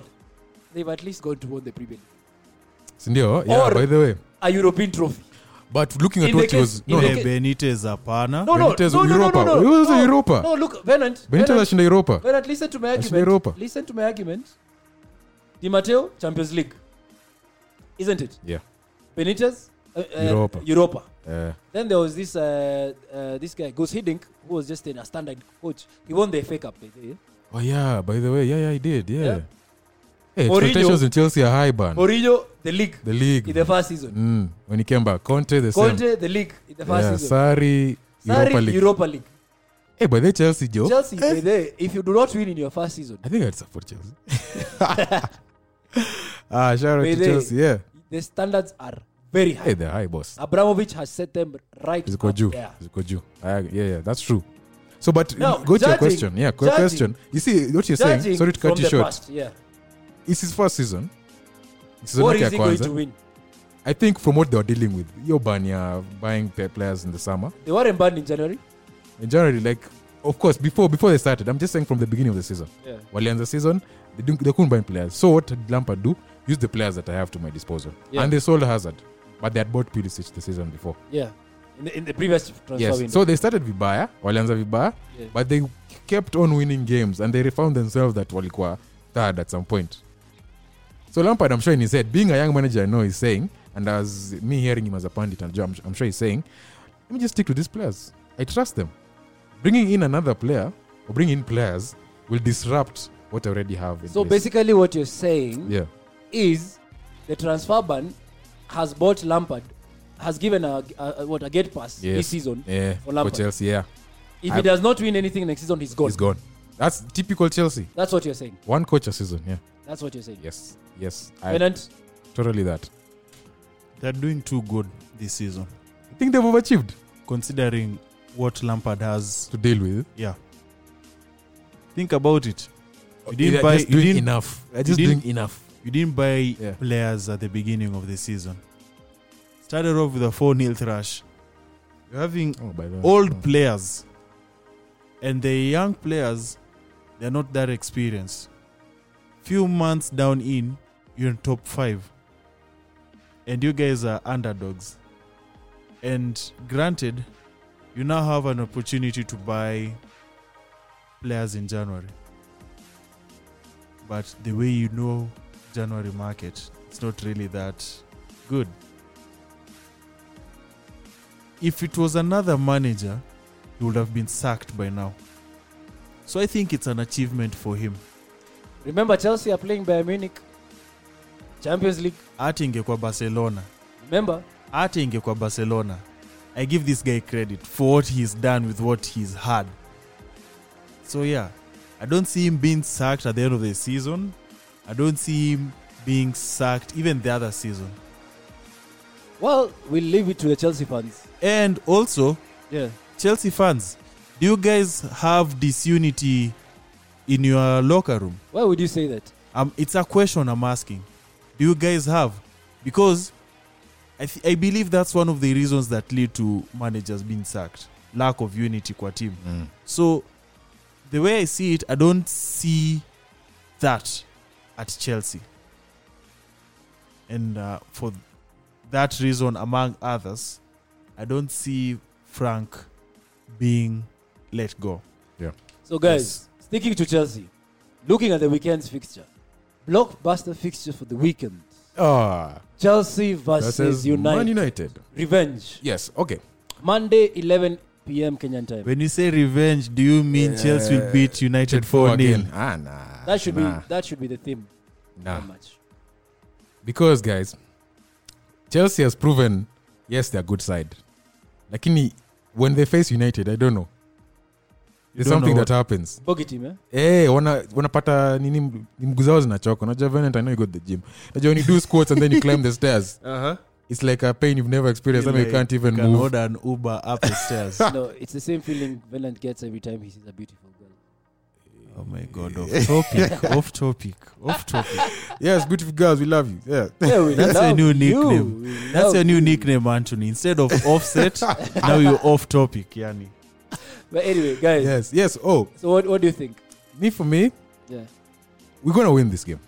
S3: they've at least gone to won the Premier League.
S2: Sindio? Yeah,
S3: Or-
S2: by the way.
S3: A European trophy.
S2: But looking at
S3: In
S2: what
S3: the
S2: he was.
S3: case-
S2: No,
S3: in
S2: no.
S3: the
S4: Eh, Benitez hapana
S3: No, no,
S2: Benitez
S3: no, no, no,
S2: Europa.
S3: no, no.
S2: He was a
S3: no,
S2: Europa.
S3: No, look, Venant.
S2: Benitez ashinda Europa.
S3: Venant, listen to my
S2: Ashinda
S3: argument.
S2: Europa.
S3: Listen to my argument. Di Matteo, Champions League. Isn't it?
S2: Yeah.
S3: Benitez, uh, uh,
S2: Europa.
S3: Europa.
S2: Uh,
S3: Then there was this uh, uh, this guy, Gus Hiddink, who was just in a standard coach. He won the FA Cup. by the way.
S2: oh, yeah, by the way. Yeah, yeah, he did. Yeah.
S3: Yeah.
S2: Hey,
S3: Mourinho-
S2: expectations in Chelsea are high, man.
S3: Mourinho, the league
S2: The league.
S3: in the first season.
S2: mm, when he came back. Conte, the same.
S3: Conte, the league in the first
S2: yeah,
S3: season.
S2: Sari,
S3: Sarri,
S2: Europa League.
S3: Europa League.
S2: Hey, by the way, Chelsea, Joe.
S3: Chelsea, by the way, if you do not win in your first season,
S2: I think I'd support Chelsea. ah, shout out
S3: By
S2: to
S3: the way,
S2: Chelsea. Yeah.
S3: the standards are very high.
S2: Hey, they're high, boss.
S3: Uh, Abramovich has set them right
S2: ziko
S3: up
S2: juu
S3: there.
S2: ziko juu I ag- Uh, yeah yeah that's true so but
S3: Now,
S2: go to your
S3: judging-
S2: question yeah judging,
S3: judging-
S2: question you see what you're
S3: Judging
S2: saying sorry to cut
S3: from
S2: you
S3: the
S2: short
S3: past, yeah.
S2: it's his first season Ni season
S3: What
S2: yake
S3: is
S2: ya
S3: he going
S2: kwanza.
S3: to win?
S2: i think from what they were dealing with hiyo ban ya buying pe- players in the summer
S3: They were banned in January.
S2: in january like of course before before they started i'm just saying from the beginning of the season
S3: Yeah.
S2: walianza season they, didn't- they couldn't buy players so what did lampard do use the players that i have to my disposal
S3: Yeah.
S2: and they sold hazard but they had bought pulisic the season before
S3: Yeah. In the, in the previous transfer
S2: yes.
S3: window.
S2: so they started vibaya walianza vibaya
S3: Yeah.
S2: but they kept on winning games and they found themselves that walikuwa third at some point so lampard i'm sure in his head being a young manager i know he's saying and as me hearing him as a pundit and I'm, I'm sure he's saying let me just stick to these players i trust them bringing in another player or bringing in players will disrupt what i already have in
S3: So
S2: place.
S3: basically, what you're saying
S2: yeah
S3: is the transfer ban has bought Lampard, has given a, a, a- what a gate pass
S2: Yes.
S3: this season.
S2: yeah
S3: For Lampard.
S2: for chelsea yeah
S3: If he
S2: I've-
S3: does not win anything next season, he's gone.
S2: he's gone that's typical chelsea
S3: That's what you're saying.
S2: one coach a season yeah
S3: That's what you're saying.
S2: yes yes I,
S3: Venant,
S2: totally that
S4: they're doing too good this season
S2: I think they've overachieved
S4: considering what Lampard has
S2: to deal with.
S4: yeah think about it
S2: They're
S4: you didn't buy you
S2: just doing
S4: didn't,
S2: enough. They're
S4: you
S2: just
S4: didn't-
S2: doing enough.
S4: you didn't buy
S2: Yeah.
S4: players at the beginning of the season started off with a 4-0 thrash you're having
S2: Oh, by the way.
S4: old players and the young players they're not that experienced few months down in you're in top five and you guys are underdogs and granted you now have an opportunity to buy players in january but the way you know january market it's not really that good if it was another manager, he would have been sacked by now. So I think it's an achievement for him.
S3: remember Chelsea are playing Bayern Munich, Champions League.
S4: Hata ingekuwa Barcelona,
S3: Remember,
S4: hata ingekuwa Barcelona, I give this guy credit for what he's done with what he's had. So yeah, I don't see him being sacked at the end of the season. I don't see him being sacked even the other season.
S3: well, we'll leave it to the Chelsea fans.
S4: And also,
S3: Yeah.
S4: Chelsea fans, do you guys have disunity in your locker room?
S3: Why would you say that?
S4: Um, it's a question I'm asking. Do you guys have? Because I, th- I believe that's one of the reasons that lead to managers being sacked. Lack of unity kwa team. So the way I see it, I don't see that at Chelsea. And uh, for that reason, among others, I don't see Frank being let go.
S3: So, guys, sticking to Chelsea, looking at the weekend's fixture, blockbuster fixture for the weekend
S2: Ah,
S3: Chelsea
S2: that
S3: versus
S2: says Man
S3: United.
S2: United.
S3: Revenge.
S2: Yes. Okay.
S3: Monday, 11 p.m. Kenyan time.
S4: When you say revenge, do you mean Chelsea will beat United 4 0?
S2: again. Ah, nah.
S3: that should
S2: nah,
S3: be that should be the theme
S2: nah.
S3: of the match.
S2: Because guys, Chelsea has proven yes they're a good side. Lakini when they face United, I don't know. There's
S4: don't
S2: something
S4: know
S2: that happens.
S3: Bogi team, eh?
S2: Hey, wana wanapata nini m- ni mguu zao zinachoka. Unajua Venant, I know you go to the gym. Unajua when you do squats and then you climb the stairs.
S4: Uh-huh.
S2: It's like a pain you've never experienced. I mean, you can't even
S4: you can
S2: move.
S4: order an Uber up the stairs.
S3: no, it's the same feeling Venant gets every time he sees a beautiful girl.
S4: oh my god, off topic, off topic, off topic.
S2: yes, beautiful girls, we love you. Yeah.
S3: Yeah, we
S4: That's
S3: love
S4: your new
S3: you.
S4: nickname.
S3: We
S4: That's
S3: love
S4: your new
S3: you.
S4: nickname, Anthony. Instead of offset, now you're off topic, Yani.
S3: But anyway, guys.
S2: Yes, yes. Oh,
S3: So what, what do you think?
S2: me for me,
S3: Yeah.
S2: we're gonna win this game.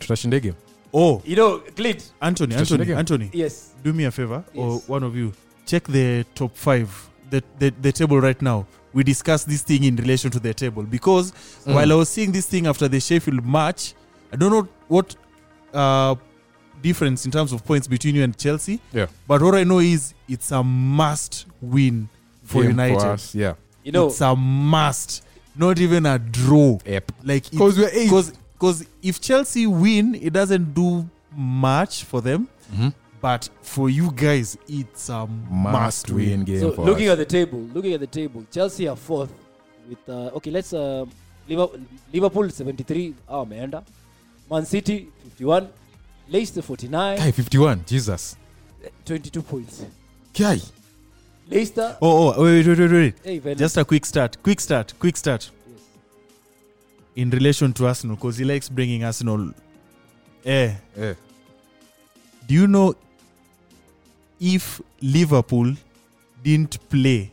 S2: Tutashinda hii game.
S4: Oh,
S3: You know, Clint.
S4: Anthony,
S2: Just
S4: Anthony,
S2: again.
S4: Anthony.
S3: Yes.
S4: do me a favor or
S3: Yes.
S4: one of you check the top five the, the, the table right now we discussed this thing in relation to the table because
S2: Mm.
S4: while i was seeing this thing after the sheffield match i don't know what uh, difference in terms of points between you and chelsea
S2: Yeah.
S4: but what i know is it's a must win for
S2: Game
S4: united
S2: us, yeah.
S3: You know,
S4: it's a must not even a draw
S2: Yep.
S4: like
S2: Because we're eight.
S4: because if chelsea win it doesn't do much for them
S2: Mhm.
S4: but for you guys it's a must,
S2: Must win game
S3: so
S2: for
S3: looking
S2: us.
S3: at the table, looking at the table, Chelsea are fourth with, uh, okay, let's, um Liverpool, Liverpool 73, ah, wameenda. Man City 51, Leicester 49,
S2: Kai, 51. Jesus.
S3: 22 points.
S2: Kai.
S3: Leicester,
S4: oh, oh wait, wait wait wait wait
S3: hey, Venice,
S4: just a quick start quick start quick start
S3: yes.
S4: in relation to arsenal because he likes bringing arsenal eh
S2: Eh.
S4: do you know if liverpool didn't play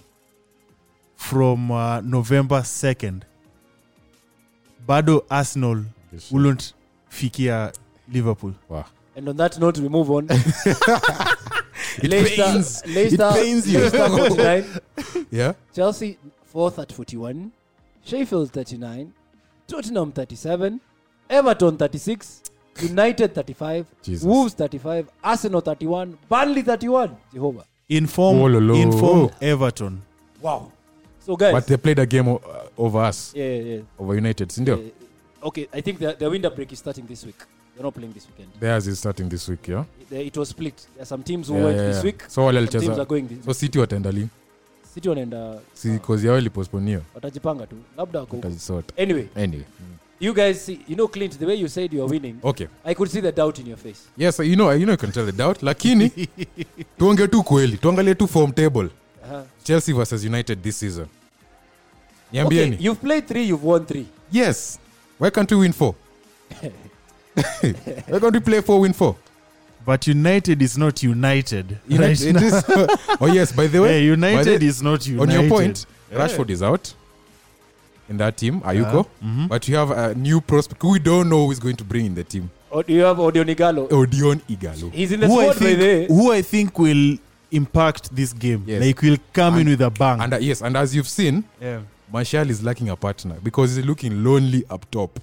S4: from uh, november 2nd bado arsenal wouldn't fikia liverpool
S2: Wow.
S3: And on that note, we move on. Leicester,
S2: pains.
S3: Leicester,
S2: It pains you.
S3: Leicester 49,
S2: Yeah.
S3: Chelsea fourth at 41, Sheffield 39, Tottenham 37, Everton 36, United 35,
S2: Jesus.
S3: Wolves 35, Arsenal 31, Burnley 31. Jehovah.
S4: inform
S2: Oh, lo, lo.
S4: inform everton
S3: Wow. So guys,
S2: But they played a game o- uh, over us,
S3: yeah, yeah, yeah.
S2: over United. Sindio?
S3: yeah. Okay, I think the, the winter break is starting this week. They're not playing this weekend.
S2: Theirs is starting this week, yeah?
S3: They- It was split. There are some teams who
S2: Yeah,
S3: went
S2: yeah,
S3: this
S2: yeah.
S3: week.
S2: So wale
S3: some teams are
S2: walicheza.
S3: going this
S2: So City wataenda lini?
S3: City wanaenda
S2: Si cause yao iliposponio.
S3: watajipanga tu labda wako huko.
S2: Watajisort.
S3: anyway
S2: Anyway.
S3: you guys see you know clint the way you said you're winning
S2: Okay.
S3: i could see the doubt in your face
S2: Yes, you know, you know you can tell the doubt, lakini tuonge tu kweli. Tuangalie tu form table.
S3: uh-huh.
S2: Chelsea versus United this season.
S3: okay,
S2: Niambieni.
S3: you've played three you've won three
S2: Yes. Why can't we win four? Why can't we play four, win four?
S4: but united is not united
S2: United,
S4: right
S2: it is, oh yes, by the way,
S4: Hey,
S2: by
S4: united
S2: the,
S4: is not
S2: on
S4: united
S2: your point.
S4: Yeah. Uh-huh.
S2: Rashford is out in that team, Ayuko,
S4: Mm-hmm.
S2: but you have a new prospect who we don't know who is going to bring in the team,
S3: or Oh, do you have odionigalo
S2: Odion Igalo.
S3: he's in the
S4: who I,
S3: squad by the
S4: think,
S3: way.
S4: who I think will impact this game
S2: Yes.
S4: like will come in
S2: And-
S4: with a bang
S2: And uh, yes, and as you've seen,
S4: yeah.
S2: Martial is lacking a partner because he's looking lonely up top.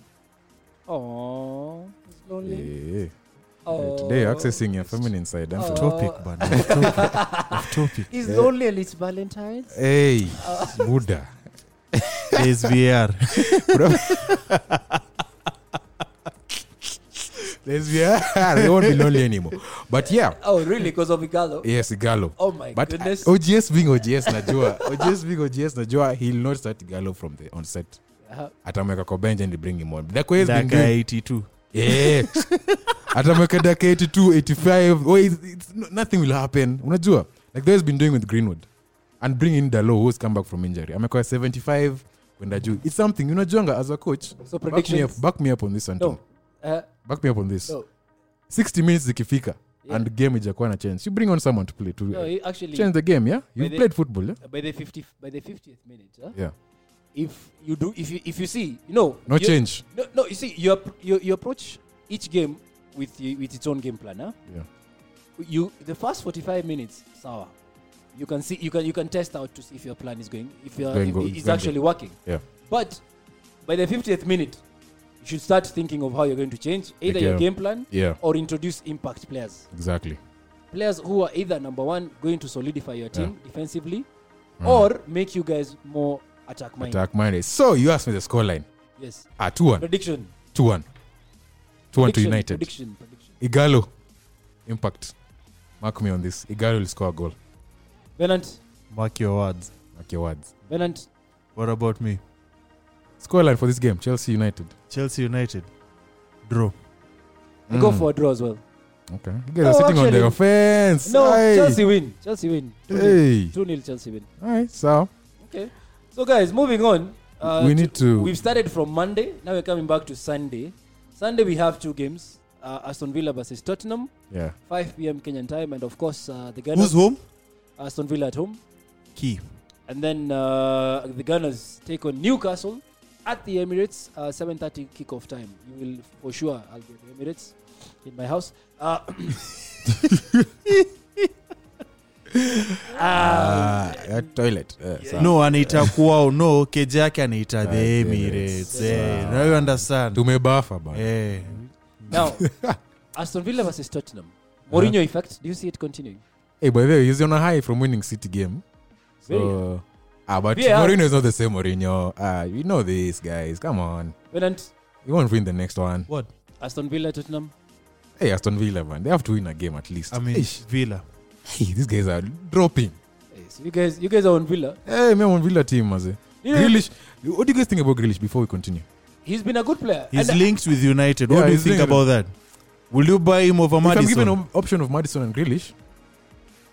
S3: Aw, Oh. it's
S2: Yeah,
S3: lonely.
S2: yeah, yeah.
S3: Aw.
S2: Eh, Today, accessing your feminine side. I'm
S3: Oh.
S2: sure.
S4: topic bana Off topic Off topic
S3: He's lonely and it's Valentine's.
S2: Hey,
S3: Oh.
S2: Buddha.
S4: there's vr
S2: Let's be, they won't be lonely anymore. But yeah,
S3: Oh, really? Because of Igalo?
S2: yes, Igalo.
S3: Oh my
S2: but uh,
S3: goodness.
S2: OGS being OGS najua OGS being OGS najua he'll not start Igalo from the onset
S3: Uh-huh.
S2: atamweka kwa bench and bring him on that's way he's been
S4: Daka
S2: doing
S4: 82
S2: yeah atamweka dakika 82 85 oh, it's, it's, no- nothing will happen unajua like the way he's been doing with Greenwood and bring in Dalo who's come back from injury amekuwa 75 kwenda juu it's something unajuanga as a coach
S3: So
S2: back me up,
S3: predictions?
S2: back me up on this Anton
S3: No. Uh,
S2: back me up on this
S3: No.
S2: 60 minutes zikifika
S3: Yeah.
S2: and game ijakuwa na chance you bring on someone to play to
S3: no, he actually,
S2: change the game yeah you
S3: By the-
S2: played football yeah
S3: by the 50, by the 50th minute, huh?
S2: yeah
S3: if you do, if you, if you see, you know,
S2: no
S3: you-
S2: change
S3: No, no. You see, you, app- you, you approach each game with y- with its own game plan. Huh?
S2: Yeah.
S3: You the first forty five minutes, sour. You can see you can you can test out to see if your plan is going if, you're,
S2: going
S3: if
S2: good,
S3: it's,
S2: it's going
S3: actually working.
S2: Yeah.
S3: But by the fiftieth minute, you should start thinking of how you're going to change either
S2: Like,
S3: your
S2: yeah.
S3: game plan
S2: yeah
S3: or introduce impact players.
S2: exactly
S3: Players who are either number one going to solidify your team defensively,
S2: Mm.
S3: or make you guys more attack minded.
S2: attack minded so you asked me the score line
S3: Yes.
S2: ah 2-1
S3: Prediction.
S2: 2-1 2-1 to
S3: prediction,
S2: United
S3: Prediction. Prediction.
S2: Igalo impact mark me on this Igalo will score a goal
S3: Venant.
S4: mark your words
S2: mark your words
S3: Venant.
S4: what about me
S2: score line for this game Chelsea United
S4: chelsea united draw
S3: I
S2: Mm.
S3: go for a draw as well.
S2: okay you guys are
S3: No,
S2: sitting on the
S3: actually-
S2: offense
S3: No,
S2: Aye.
S3: Chelsea win. Chelsea win. 2 nil.
S2: hey
S3: 2 nil Chelsea win.
S2: alright so
S3: Okay. So, guys, moving on. Uh,
S2: We need to-
S3: We've started from Monday. Now we're coming back to Sunday. Sunday, we have two games uh, Aston Villa versus Tottenham,
S2: yeah
S3: 5 p.m. Kenyan time. And, of course, uh, the
S4: who's
S3: Gunners.
S4: home
S3: Aston Villa at home.
S4: key
S3: And then uh, the Gunners take on Newcastle at the Emirates, uh, 7.30 kickoff time. You will, for sure, I'll get the Emirates. in my house. Uh, uh,
S2: Ah, that toilet. Eh, sawa.
S4: no anaitakuao no keja yake
S2: Ah,
S4: anaita the
S2: the
S4: emirates
S2: Emirates.
S4: eh, now you understand
S2: tumebafa bana
S4: eh,
S3: now, Aston Villa versus Tottenham. Mourinho effect. Do you see it continuing?
S2: hey, by the way he's on a high from winning city game so ah, but
S3: VAR.
S2: Mourinho is not the same Mourinho ah, you know this guys come on
S3: Venant,
S2: you won't win the next one
S4: what
S3: Aston Villa, Tottenham.
S2: hey Aston Villa man they have to win a game at least
S4: i mean
S2: Eish.
S4: villa
S2: hey, these guys are dropping
S3: Hey, so you guys, you guys are on Villa.
S2: hey me I'm on Villa team maze
S3: You know,
S2: Grealish what do you guys think about Grealish before we continue
S3: He's been a good player.
S4: he's
S3: And-
S4: linked with united
S2: Yeah,
S4: what do you
S2: he's
S4: think
S2: linked
S4: about that will you buy him over
S2: if I'm given
S4: madison
S2: an option of Madison and Grealish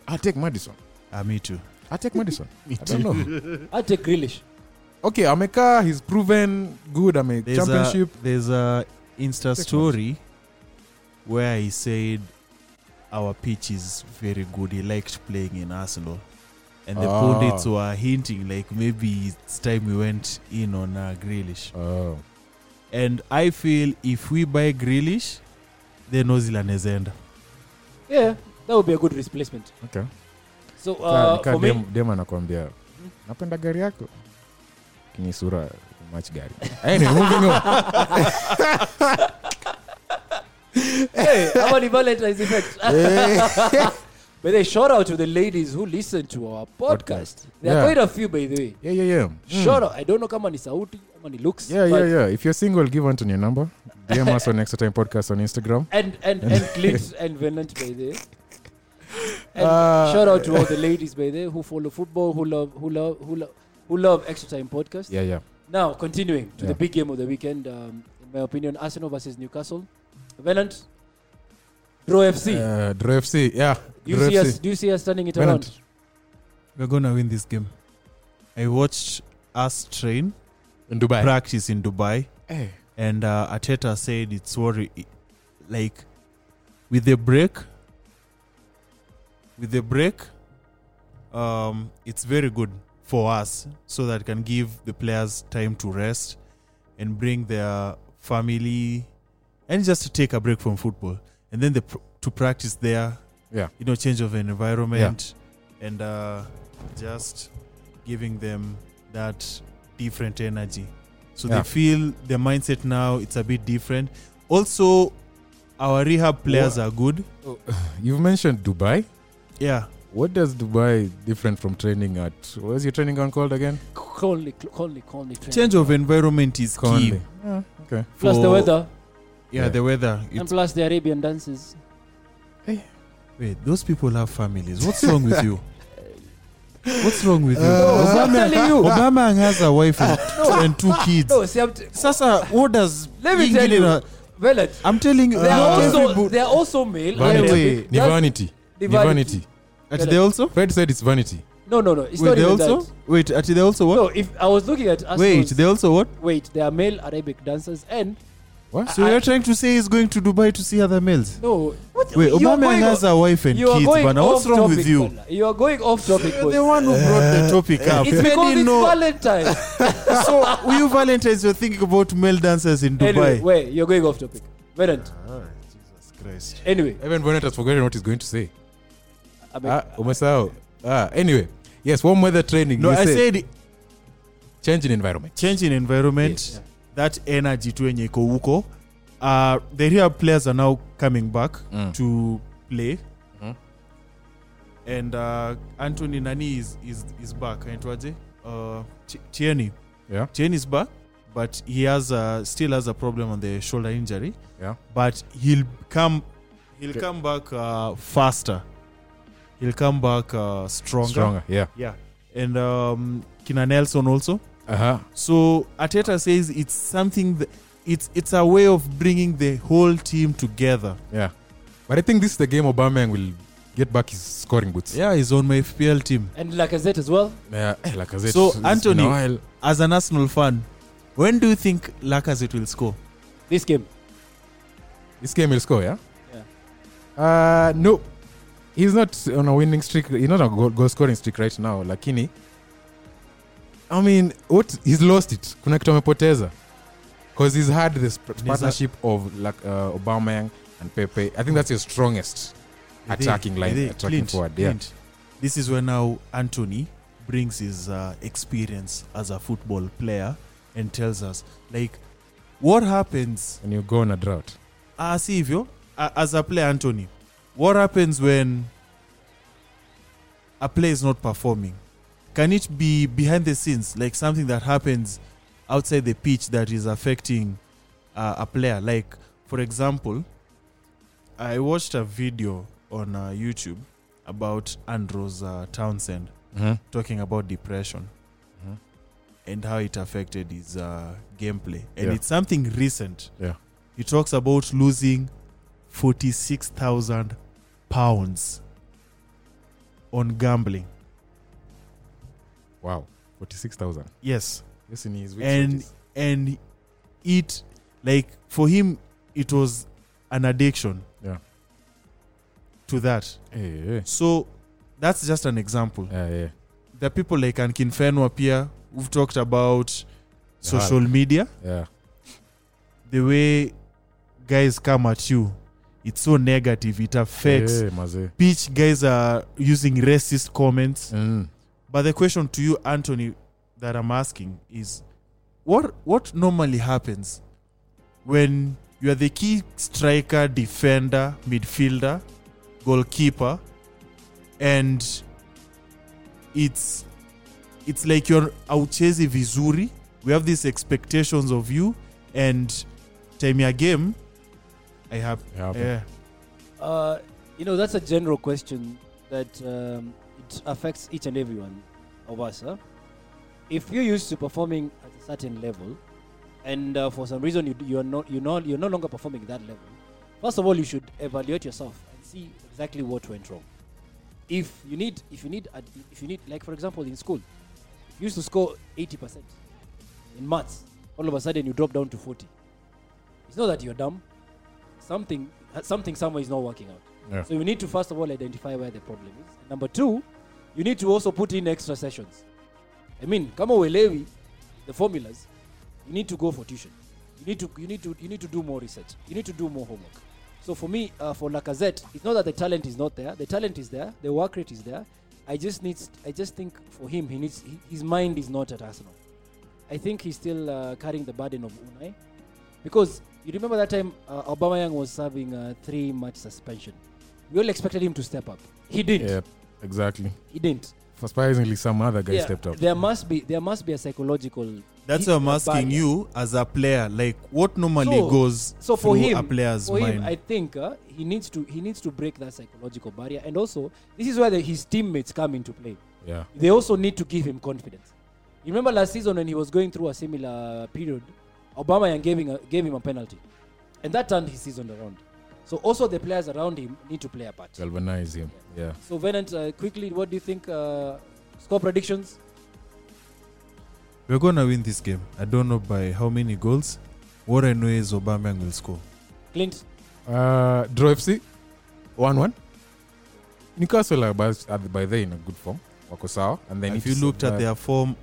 S2: I'll take Madison
S4: ah, me too
S2: I'll take Madison I don't know
S3: I'll take Grealish.
S2: okay amekaa he's proven good ame
S4: there's
S2: championship
S4: a there's a insta
S2: Take
S4: story where he said our pitch is very good he liked playing in arsenal and the
S2: Ah.
S4: pundits were hinting like maybe it's time we went in on uh, Grealish.
S2: oh.
S4: And I feel if we buy Grealish, then Ozil anaweza enda.
S3: Yeah, that would be a good replacement.
S2: okay.
S3: So
S2: Kaa-
S3: uh,
S2: kaa
S3: for me,
S2: dem- dem anakwambia napenda gari yako ni sura mach gari anyway, moving on.
S3: hey, how about the Valentine's effect?
S2: Eh.
S3: But they shout out to the ladies who listen to our podcast. Hmm. There are
S2: Yeah.
S3: quite a few, by the way.
S2: yeah, yeah, yeah. Mm.
S3: Shout out. I don't know kama ni sauti, kama ni looks.
S2: yeah,
S3: but-
S2: yeah, yeah. if you're single give anton your number dm us on extra time podcast on instagram
S3: And and and Clint and Venant, by the way. And
S2: Uh,
S3: shout out to all the ladies, by the way, who follow football, who love, who love, who love, who love Extra Time podcast.
S2: yeah yeah
S3: Now, continuing to the
S2: Yeah.
S3: big game of the weekend, um, in my opinion, Arsenal versus Newcastle. Venant, Draw FC.
S2: uh, Dro fc yeah
S3: do, you
S2: Dro
S3: see
S2: FC.
S3: us, do you see us turning it
S2: Venant.
S3: around?
S4: We're gonna win this game. I watched us train
S2: in dubai
S4: practice in Dubai,
S2: Eh,
S4: and uh, Ateta said it's worry, like with the break, with the break, um, it's very good for us so that can give the players time to rest and bring their family and just to take a break from football and then the pr- to practice there
S2: Yeah.
S4: you know change of environment and uh, just giving them that different energy so
S2: Yeah.
S4: they feel the mindset now it's a bit different also our rehab players are good
S2: you've mentioned dubai
S4: yeah
S2: what does dubai different from training at where's your training ground called again
S3: Conley, Conley, Conley. Trent.
S4: change of environment is key
S2: Conley. Yeah, okay
S3: Plus the
S4: for-
S3: weather,
S4: yeah,
S2: Yeah.
S4: the weather
S3: and
S4: it's, Uh,
S3: plus the Arabian dances.
S4: wait those people have families what's wrong with you what's wrong with you
S3: Uh, I'm
S4: obama,
S3: telling you.
S4: obama has a wife and, and two kids
S3: No, see, I'm t-
S4: sasa what does
S3: Let me
S4: England
S3: tell you.
S4: are-
S3: Venant,
S4: i'm telling you
S3: they are
S4: not
S3: also
S4: every bo-
S3: they are also male. and
S2: Vanity.
S4: Wait,
S2: Ni
S3: That's-
S2: vanity. Ni
S3: vanity.
S2: vanity.
S4: at they also
S2: Fred said it's vanity.
S3: No, no, no. It's
S4: wait
S3: not
S4: they
S3: even
S4: also
S3: that.
S4: wait at they also what
S3: No, if I was looking at Arsenal's,
S4: wait they also what
S3: wait, they are male Arabic dancers and
S2: What?
S4: so
S3: I-
S4: you're trying to say he's going to dubai to see other males
S3: no. What,
S4: wait
S3: you are
S4: obama
S3: going
S4: has
S3: o-
S4: a wife and
S3: you are
S4: kids
S3: going
S4: but what's
S3: off
S4: wrong
S3: topic,
S4: with you
S3: Bana. You are going off topic.
S4: You're
S3: boys.
S4: the one who brought the topic up
S3: it's
S4: You
S3: because
S4: didn't
S3: it's
S4: uh, know.
S3: Valentine.
S4: so will you valentines you're thinking about male dancers in dubai
S3: anyway, wait, you're going off topic. Venant.
S4: jesus christ
S3: Anyway,
S2: Even Bonnet has forgotten what he's going to say.
S3: I mean,
S2: Ah, umesahau. Ah, anyway. Yes, warm weather training.
S4: no
S2: you
S4: i
S2: said,
S4: said
S2: change in environment.
S4: change in environment
S2: Yes.
S4: that energy tu yenye iko huko uh, the real players are now coming back
S2: Mm.
S4: to play
S2: Mhm.
S4: and uh, antony nani is, is, is back anaitwaje uh, Ti- tierney
S2: Yeah.
S4: tierney is back but he has a, still has a problem on the shoulder injury
S2: Yeah.
S4: but he'll come he'll
S2: Okay.
S4: come back uh, faster he'll come back uh, stronger.
S2: Stronger. Yeah.
S4: yeah and um, kina nelson also
S2: Uh-huh.
S4: so Ateta says it's something that it's it's a way of bringing the whole team together.
S2: Yeah. But I think this is the game Obama will get back his scoring boots.
S4: Yeah, he's on my FPL team.
S3: and Lacazette as well.
S2: Yeah. Eh, Lacazette,
S4: So,
S2: it's been a
S4: Anthony-
S2: while.
S4: As an Arsenal fan, when do you think Lacazette will score?
S3: This game.
S2: This game will score, yeah?
S3: Yeah.
S2: Uh, no. He's not on a winning streak. He's not on a goal, goal scoring streak right now. Lakini. I mean, what? He's lost it. Kuna kitu amepoteza. Because he's had this pr-
S4: He's a-
S2: partnership of like, uh, Aubameyang and Pepe. I think that's your strongest
S4: They-
S2: attacking line,
S4: they-
S2: attacking
S4: Clint,
S2: forward. Yeah.
S4: Clint. This is where now Anthony brings his uh, experience as a football player and tells us like what happens
S2: When you go on a drought,
S4: uh, see if you uh, as a player Anthony, what happens when a player is not performing? Can it be behind the scenes like something that happens outside the pitch that is affecting uh, a player? Like for example, I watched a video on uh, YouTube about Andros uh, Townsend talking about depression
S2: Mhm.
S4: and how it affected his uh, gameplay. And
S2: Yeah.
S4: it's something recent.
S2: Yeah.
S4: He talks about losing 46,000 pounds on gambling.
S2: wow, forty-six thousand.
S4: Yes.
S2: Yes, in his
S4: and and it like for him it was an addiction.
S2: Yeah.
S4: To that.
S2: yeah,
S4: So that's just an example.
S2: Eh, yeah, yeah.
S4: There are people like Ankin Fenwa Pia who've talked about social media,
S2: yeah.
S4: the way guys come at you. It's so negative. It affects
S2: Yeah, mazee.
S4: pitch. Guys are using racist comments.
S2: Mm.
S4: But the question to you, Anthony, that I'm asking is what what normally happens when you are the key striker, defender, midfielder, goalkeeper, and it's it's like you're auchezi vizuri. We have these expectations of you, and time your game, I have
S2: Yeah,
S4: yeah,
S3: Uh, you know, that's a general question that um, it affects each and every one of us. Huh? If you're used to performing at a certain level, and uh, for some reason you, you are not, you know, you're no longer performing at that level. First of all, you should evaluate yourself and see exactly what went wrong. If you need, if you need, ad- if you need, like for example, in school, you used to score 80% in maths. All of a sudden, you drop down to 40. It's not that you're dumb. Something, something somewhere is not working out.
S2: Yeah.
S3: So you need to first of all identify where the problem is. Number two, you need to also put in extra sessions. I mean, kama uelewi the formulas, you need to go for tuition. You need to you need to you need to do more research. You need to do more homework. So for me, uh, for Lacazette, it's not that the talent is not there. The talent is there. The work rate is there. I just need I just think for him, he needs he, his mind is not at Arsenal. I think he's still uh, carrying the burden of Unai, because you remember that time uh, Aubameyang was serving a three-match suspension. We all expected him to step up. He didn't.
S2: yeah, exactly.
S3: He didn't.
S2: Surprisingly, some other guy
S3: Yeah,
S2: stepped up.
S3: There must be there must be a psychological.
S4: That's
S3: hit
S4: why I'm
S3: a
S4: asking
S3: barrier.
S4: you as a player, like what normally
S3: So-
S4: goes
S3: so for
S4: through
S3: him-
S4: a player's
S3: for
S4: mind.
S3: him, I think uh, he needs to he needs to break that psychological barrier, and also this is where the, his teammates come into play.
S2: Yeah,
S3: They also need to give him confidence. You remember last season when he was going through a similar period, Obama gave him a, gave him a penalty, and that turned his season around. So also the players around him need to play a part.
S2: galvanize him. Yeah.
S3: So Venant, uh, quickly, what do you think? Uh, score predictions?
S4: We're gonna win this game. I don't know by how many goals. What I know is Aubameyang will score.
S3: Clint,
S2: Uh, Draw FC, 1 1. Newcastle are by, are by there in a good form. Wako sawa. And then
S4: if you looked at their form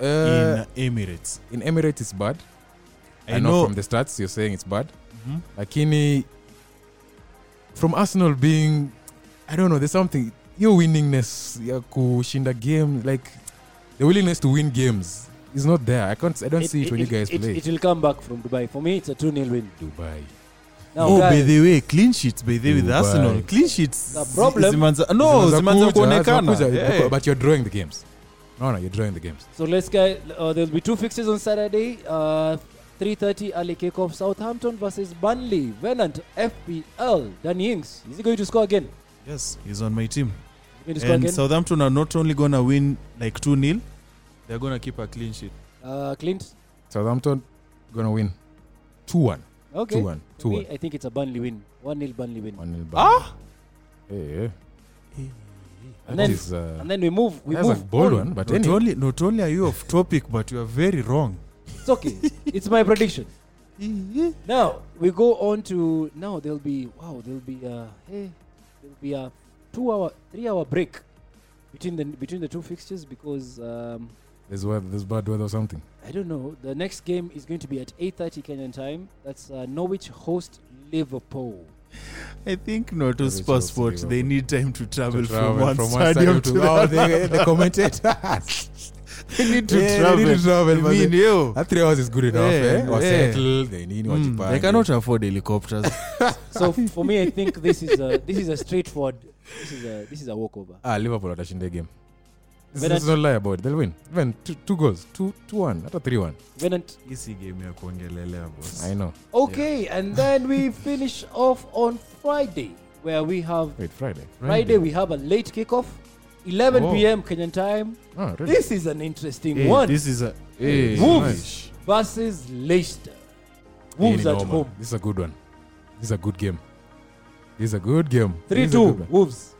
S2: Uh,
S4: in Emirates,
S2: in, Emirates, it's bad. I,
S4: I
S2: know,
S4: know.
S2: from the stats you're saying it's bad.
S4: Mhm.
S2: Lakini, from Arsenal being, I don't know, there's something, your willingness ya kushinda game, like the willingness to win games is not there. I can't, I don't see it, when you guys
S3: it,
S2: play.
S3: It will come back from Dubai. For me, it's a 2 0 win.
S2: Dubai.
S3: Now,
S4: oh, by
S3: guys,
S4: the way, clean sheets. By the way, with
S2: Dubai.
S4: Arsenal, clean sheets.
S3: The problem-
S4: Zimanza, no,
S2: Zimeanza kuja,
S4: zimanza Oh, kuonekana.
S2: zimeanza kuja,
S4: Hey.
S2: but you're drawing the games. No, no, you're drawing the games.
S3: so let's get. Uh, there'll be two fixes on Saturday. Uh, 3:30 early kickoff. Southampton versus Burnley. Venant, FPL. Danny Ings. Is he going to score again?
S4: Yes, he's on my team.
S3: Is he Going to score
S4: And
S3: again?
S4: Southampton are not only gonna win like two 0 they're gonna keep a clean sheet.
S3: uh, Clint.
S2: Southampton gonna win 2 1.
S3: Okay.
S2: 2 1. 2
S3: For me,
S2: 1.
S3: I think it's a Burnley win. 1 0 Burnley win.
S2: Ah! Yeah.
S3: And
S2: That
S3: then-
S2: is, uh,
S3: And then we move. We
S2: that's
S3: move.
S2: a bold
S3: on.
S2: one, but
S4: not
S2: anyway.
S4: only, not only are you off topic, but you are very wrong.
S3: It's okay. it's my prediction. Now we go on to now there'll be wow there'll be uh hey there'll be a two hour three hour break between the between the two fixtures because um,
S2: There's, weather, there's bad weather or something.
S3: I don't know the next game is going to be at eight thirty Kenyan time that's uh, Norwich host Liverpool
S4: I think not
S2: That is
S4: whose passport.
S2: also
S4: They
S2: Liverpool.
S4: need time to travel,
S2: Travel
S4: from one stadium, to the
S2: oh,
S4: other.
S2: the, the commentators.
S4: They need to
S2: Yeah, they
S4: travel.
S2: need to travel,
S4: I
S2: but
S4: mean,
S2: they-
S4: yo,
S2: That three hours is good enough,
S4: Yeah,
S2: eh? Wasettle, they need
S4: mm,
S2: wajipange.
S4: they cannot afford helicopters.
S3: so for me, I think this is a this is a straightforward. This is a this is a walkover.
S2: Ah, Liverpool watashinda hii game. This
S3: Venant-
S2: is not lie about it. They'll win. Even two, two goals, two, two one, hata three one.
S3: Venant.
S4: Easy game ya kuongelelea boss.
S2: I know.
S3: Okay, and then we finish off on Friday, where we have
S2: Wait, Friday.
S3: Friday we have a late kickoff, 11
S4: Oh.
S3: p.m. Kenyan time.
S2: Ah, really?
S3: This is an interesting
S4: Hey,
S3: one.
S4: This is a
S2: Hey,
S3: Wolves versus Leicester.
S2: Hii
S3: Wolves
S2: ni
S3: at
S2: normal.
S3: home.
S2: This is a good one. This is a good game. This is a good game.
S3: Three
S2: This is a
S3: two
S2: good one.
S3: Wolves.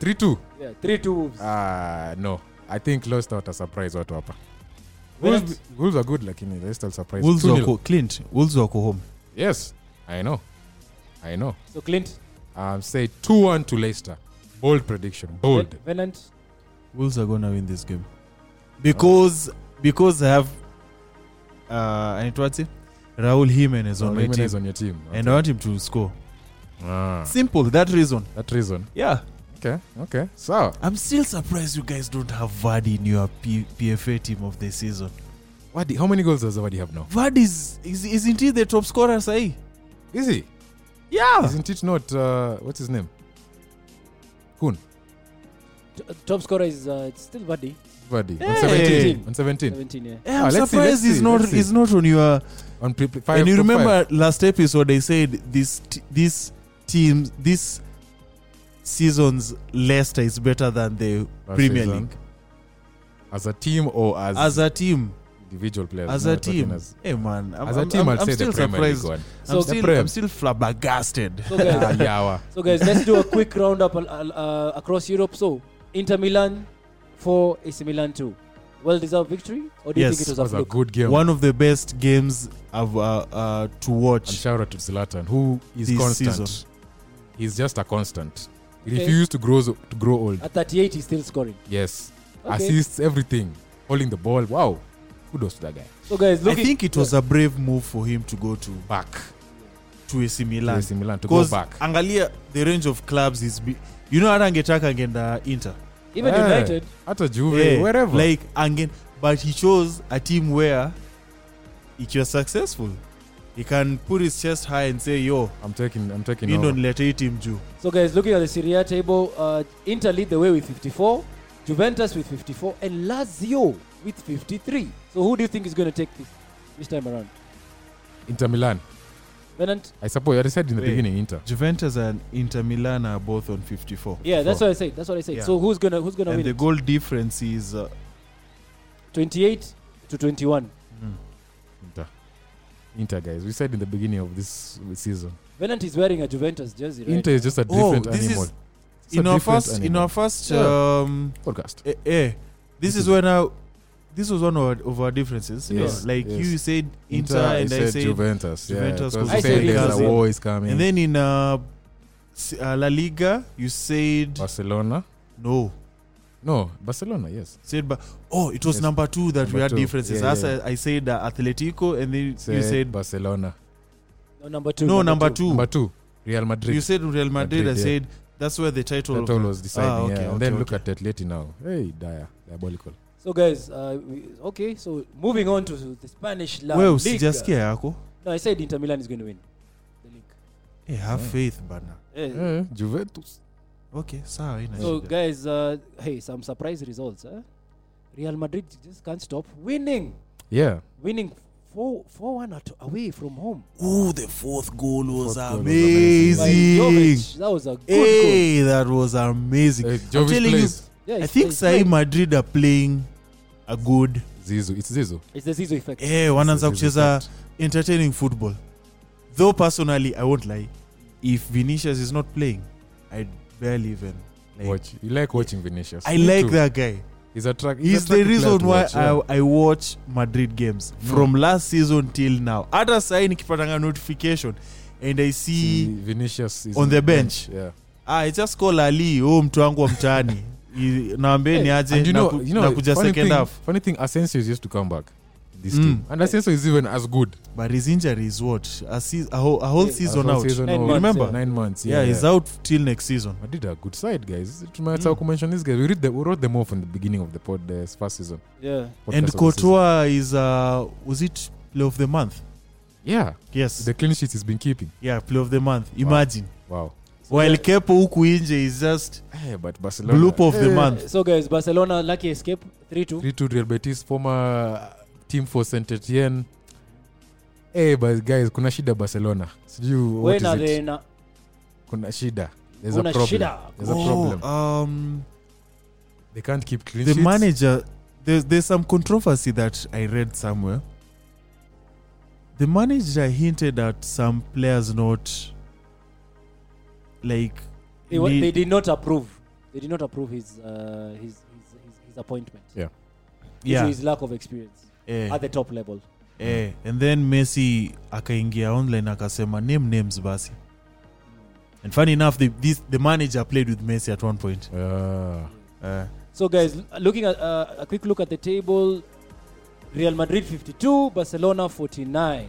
S2: 3 2.
S3: Yeah, three two Wolves.
S2: Ah, no. I think Leicester wata surprise watu hapa.
S3: Venant,
S2: Wolves, Wolves are good lakini Leicester will surprise.
S4: Wolves
S2: 2-0.
S4: wako Clint. Wolves wako home.
S2: Yes. I know. I know.
S3: So Clint,
S2: Um, say 2 1 to Leicester. Bold prediction. Bold.
S3: Ven- Venant.
S4: Wolves are gonna win this game because because I have uh, and what's it? Raul Jimenez on
S2: Raul
S4: my
S2: Jimenez
S4: team,
S2: on your team.
S4: and I want him to score.
S2: Ah,
S4: Simple, that reason.
S2: that reason.
S4: Yeah,
S2: Okay, okay. So,
S4: I'm still surprised you guys don't have Vardy in your P- PFA team of the season.
S2: Vardy, how many goals does Vardy have now?
S4: Vardy is is isn't he the top scorer, say?
S2: Is he?
S4: Yeah,
S2: Isn't it not, uh, what's his name? Kun.
S3: T- top scorer is uh, it's still Vardy.
S2: Vardy. On
S4: Hey!
S2: 17. On 17.
S3: 17, yeah.
S4: yeah I'm
S2: Ah, let's see,
S4: surprised
S2: let's
S4: he's
S2: see,
S4: not
S2: let's see.
S4: he's not on your.
S2: On pre- pre- five,
S4: and you
S2: top
S4: remember
S2: five.
S4: last episode I said this t- this team this season's Leicester is better than the
S2: Last
S4: Premier
S2: season.
S4: League
S2: As a team or as,
S4: as a team.
S2: individual players?
S4: As
S2: No,
S4: a
S2: we're talking
S4: team,
S2: As,
S4: hey man, I'm,
S2: as a
S4: I'm-
S2: team,
S4: I'm,
S2: I'd
S4: I'm
S2: say
S4: still
S2: the Premier
S4: surprised.
S2: League one.
S3: So-
S4: I'm,
S2: The
S4: still,
S2: Prem.
S4: I'm still flabbergasted.
S3: So
S2: Ah,
S3: guys,
S2: yawa.
S3: so guys, let's do a quick roundup uh, uh, across Europe. So Inter Milan four, AC Milan two. Well deserved victory, or do you
S4: Yes,
S3: think it was
S2: That was
S3: a
S2: a
S3: fluke?
S2: good game.
S4: One of the best games I've uh, uh, to
S2: And
S4: watch
S2: shout out to Zlatan, who is
S4: this
S2: constant.
S4: season.
S2: He's just a constant. He
S3: Okay.
S2: refused to grow to grow old.
S3: At 38, he's still scoring.
S2: Yes.
S3: Okay.
S2: Assists everything. Holding the ball. Wow. Kudos to that guy.
S3: So guys,
S4: I
S3: looking,
S4: think it was a brave move for him to go to
S2: Back.
S4: to AC
S2: To
S4: Milan
S2: AC Milan to go
S4: because
S2: back.
S4: angalia the range of clubs is be- you know hata angetaka angenda Inter
S3: even
S2: Yeah.
S3: United.
S2: At a Juve,
S4: Yeah,
S2: wherever.
S4: like again but he chose a team where if you're successful he can put his chest high and say yo
S2: I'm taking I'm taking
S4: mi ndo
S2: over.
S4: nileta hii team juu
S3: So guys, looking at the Serie A table, uh, Inter lead the way with 54, Juventus with 54, and Lazio with 53. So who do you think is going to take this this time around?
S2: Inter Milan.
S3: Venant?
S2: I suppose I said in the
S4: Wait.
S2: beginning Inter.
S4: juventus and inter milan are both on 54
S3: Yeah, that's
S2: Four.
S3: what I said. That's what I said.
S4: Yeah.
S3: So who's gonna who's gonna
S4: and
S3: win?
S4: the
S3: It?
S4: goal difference is uh,
S3: 28 to 21.
S2: Inter. Inter guys. We said in the beginning of this season.
S3: Venant is wearing a Juventus jersey, right?
S2: Inter is just a
S4: Oh,
S2: different
S4: this is-
S2: animal. It's a
S4: in, our
S2: different
S4: first, in
S2: animal.
S4: our first
S2: Yeah.
S4: um,
S2: podcast.
S4: eh, eh, this is when I, this was one of our, of our differences you know?
S2: Yes,
S4: like
S2: yes.
S4: you said inter,
S2: I
S4: and i
S2: said
S4: said
S2: Juventus.
S4: Juventus
S2: yeah,
S4: was
S2: because you
S3: the
S2: said there's a
S3: Brazil.
S2: war is coming.
S4: and then in uh, s- uh, la liga you said
S2: Barcelona.
S4: no
S2: No, Barcelona. Yes.
S4: said but oh it was
S2: Yes.
S4: number two that we
S2: Number
S4: had
S2: two.
S4: differences
S2: Yeah,
S4: as
S2: yeah.
S4: I, I said uh, atletico and then you said
S2: Barcelona.
S3: No, number two.
S4: no number two,
S2: Number two, Real Madrid.
S4: you said real madrid,
S2: Madrid,
S4: i
S2: yeah.
S4: said that's where the title
S2: that
S4: of
S2: all
S4: the-
S2: was deciding.
S4: Ah, okay,
S2: yeah. And
S4: okay,
S2: then
S4: okay.
S2: look at Atleti now. Hey, dire, diabolical.
S3: So guys, uh, we, okay. So moving on to the Spanish La
S4: wewe
S3: Liga.
S4: usijasikia yako
S3: No, I said Inter Milan is going to win the league.
S4: hey, have
S2: Mm.
S4: faith bana
S3: Eh,
S4: Mm.
S2: Eh, Juventus.
S4: okay sawa haina
S3: So,
S4: shida.
S3: guys, uh, hey, some surprise results. Huh? Real Madrid just can't stop winning.
S2: Yeah.
S3: Winning 4 4 1 at, away from home.
S4: Ooh, the fourth goal was
S2: Fourth goal was amazing.
S4: amazing,
S3: By Jovic. That was a good goal.
S4: hey that was amazing
S2: Uh,
S4: i'm
S2: Jovic
S4: telling
S2: plays.
S3: Yeah,
S4: you i
S3: it's-
S4: think
S3: it's
S4: sahi
S3: great.
S4: madrid are playing a good
S2: Zizou. It's Zizou.
S3: It's the Zizou effect.
S4: eh wanaanza
S2: Zizou
S4: kucheza
S2: effect.
S4: entertaining football though personally i won't lie if vinicius is not playing i barely even like,
S2: Watch. You like watching Vinicius.
S4: i
S2: Me
S4: like
S2: too.
S4: that guy
S2: He's a track.
S4: he's
S2: a
S4: the
S2: attractive player
S4: reason
S2: to
S4: why
S2: watch, yeah.
S4: I, i watch madrid games
S2: Mm.
S4: from last season till now hata sai nikipatanga notification and i see
S2: See, Vinicius is
S4: on the bench.
S2: Yeah.
S4: ah, I just call ali huu mtu wangu wa mtaani I- naambeni
S3: Hey,
S4: aje
S2: And you know,
S4: naku-
S2: you know,
S4: nakuja
S2: funny
S4: second
S2: thing,
S4: half
S2: funny thing, Asensio is used to come back. this
S4: Mm.
S2: team. And Asensio is even as good.
S4: But his injury is what? A, se- a whole, a whole
S3: Yeah,
S2: As
S4: season
S2: whole
S4: out.
S2: season
S3: Nine
S2: of-
S3: months,
S4: Remember?
S3: yeah.
S2: Nine months.
S4: yeah,
S2: Yeah,
S4: he's out Mm. till next season.
S2: I did a good side, guys. It matters how mention these guys. We read the, we wrote them off in the beginning of the pod, the first season.
S3: Yeah.
S2: podcast
S4: And
S2: of the season.
S4: Kotoa is, uh, was it play of the month?
S2: Yeah,
S4: Yes.
S2: the clean sheet he's been keeping.
S4: yeah, play of the month. Imagine.
S2: Wow.
S4: While Kepo huku nje is just
S2: Eh, but Barcelona.
S4: bloop of the
S3: Eh,
S4: month.
S3: So guys, Barcelona lucky escape 3-2.
S2: 3 2 Real Betis, former team for Saint Etienne. Hey, but guys, kuna shida Barcelona. Sijui what
S3: When are
S2: is
S3: they
S2: it?
S3: na
S2: Kuna shida. There's a
S3: kuna
S2: problem.
S3: shida? Oh.
S2: There's a problem.
S4: Oh, Um,
S2: They can't keep clean
S4: the
S2: sheets.
S4: manager, there's, there's some controversy that I read somewhere. The manager hinted at some players not like
S3: They, wa-
S4: need-
S3: they did not approve. They did not approve his uh, his, his, his his appointment.
S2: Yeah.
S3: Due to
S4: yeah,
S3: His lack of experience
S4: eh,
S3: at the top level.
S4: eh. and then Messi akaingia online akasema name names basi. And funny enough, the, this, the manager played with Messi at one point.
S2: Ah,
S4: Uh,
S3: So guys, l- looking at uh, a quick look at the table, Real Madrid 52, Barcelona 49.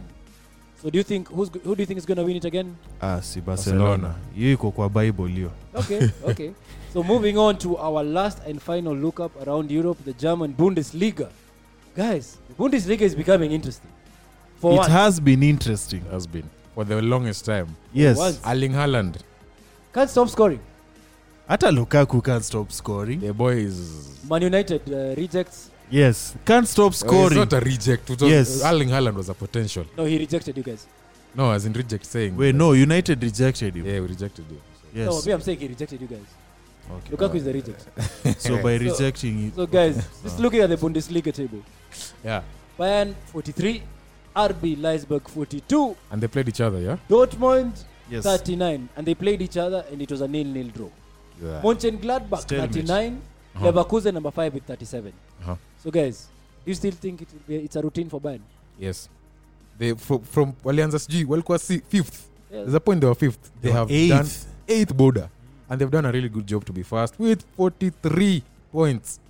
S3: So do you think who's g- who do you think is going to win it again?
S4: ah, si Barcelona
S2: Barcelona.
S4: hiyo iko kwa bible hiyo
S3: Okay, okay. So moving on to our last and final look up around Europe, the German Bundesliga. Guys, the Bundesliga is becoming interesting. For
S4: it
S3: once,
S4: has been interesting
S2: has been Uh, for the longest time.
S4: yes
S3: once.
S2: Erling Haaland,
S3: can't stop scoring.
S4: hata lukaku can't stop scoring
S2: the boy is.
S3: Man United uh, rejects.
S4: yes can't stop
S2: It's
S4: scoring
S2: not a reject. It was,
S4: Yes.
S2: Erling Haaland was a potential.
S3: No, he rejected you guys.
S2: No, as in reject saying.
S4: wait no united rejected him
S2: Yeah, we rejected him.
S3: No,
S4: yes
S3: me, I'm saying he rejected you guys.
S4: Okay.
S3: Lukaku is the reject.
S4: so by rejecting it
S3: So guys, just looking at the Bundesliga table.
S2: Yeah.
S3: Bayern 43, RB Leipzig 42,
S2: And they played each other, yeah?
S3: Dortmund
S4: yes
S3: 39, and they played each other, and it was a nil-nil draw.
S2: yeah.
S3: Mönchengladbach
S4: Stalemate.
S3: 39,
S2: Uh, Uh-huh.
S3: Leverkusen number five with 37.
S2: Uh-huh.
S3: So guys, do you still think it will be, it's a routine for Bayern?
S2: Yes. They from, from Walianza sijui walikuwa si fifth.
S3: Yeah.
S2: There's a point they were fifth. They,
S4: They were
S2: have
S4: eighth.
S2: done eighth border. And they've done a really good job to be fast with 43 points.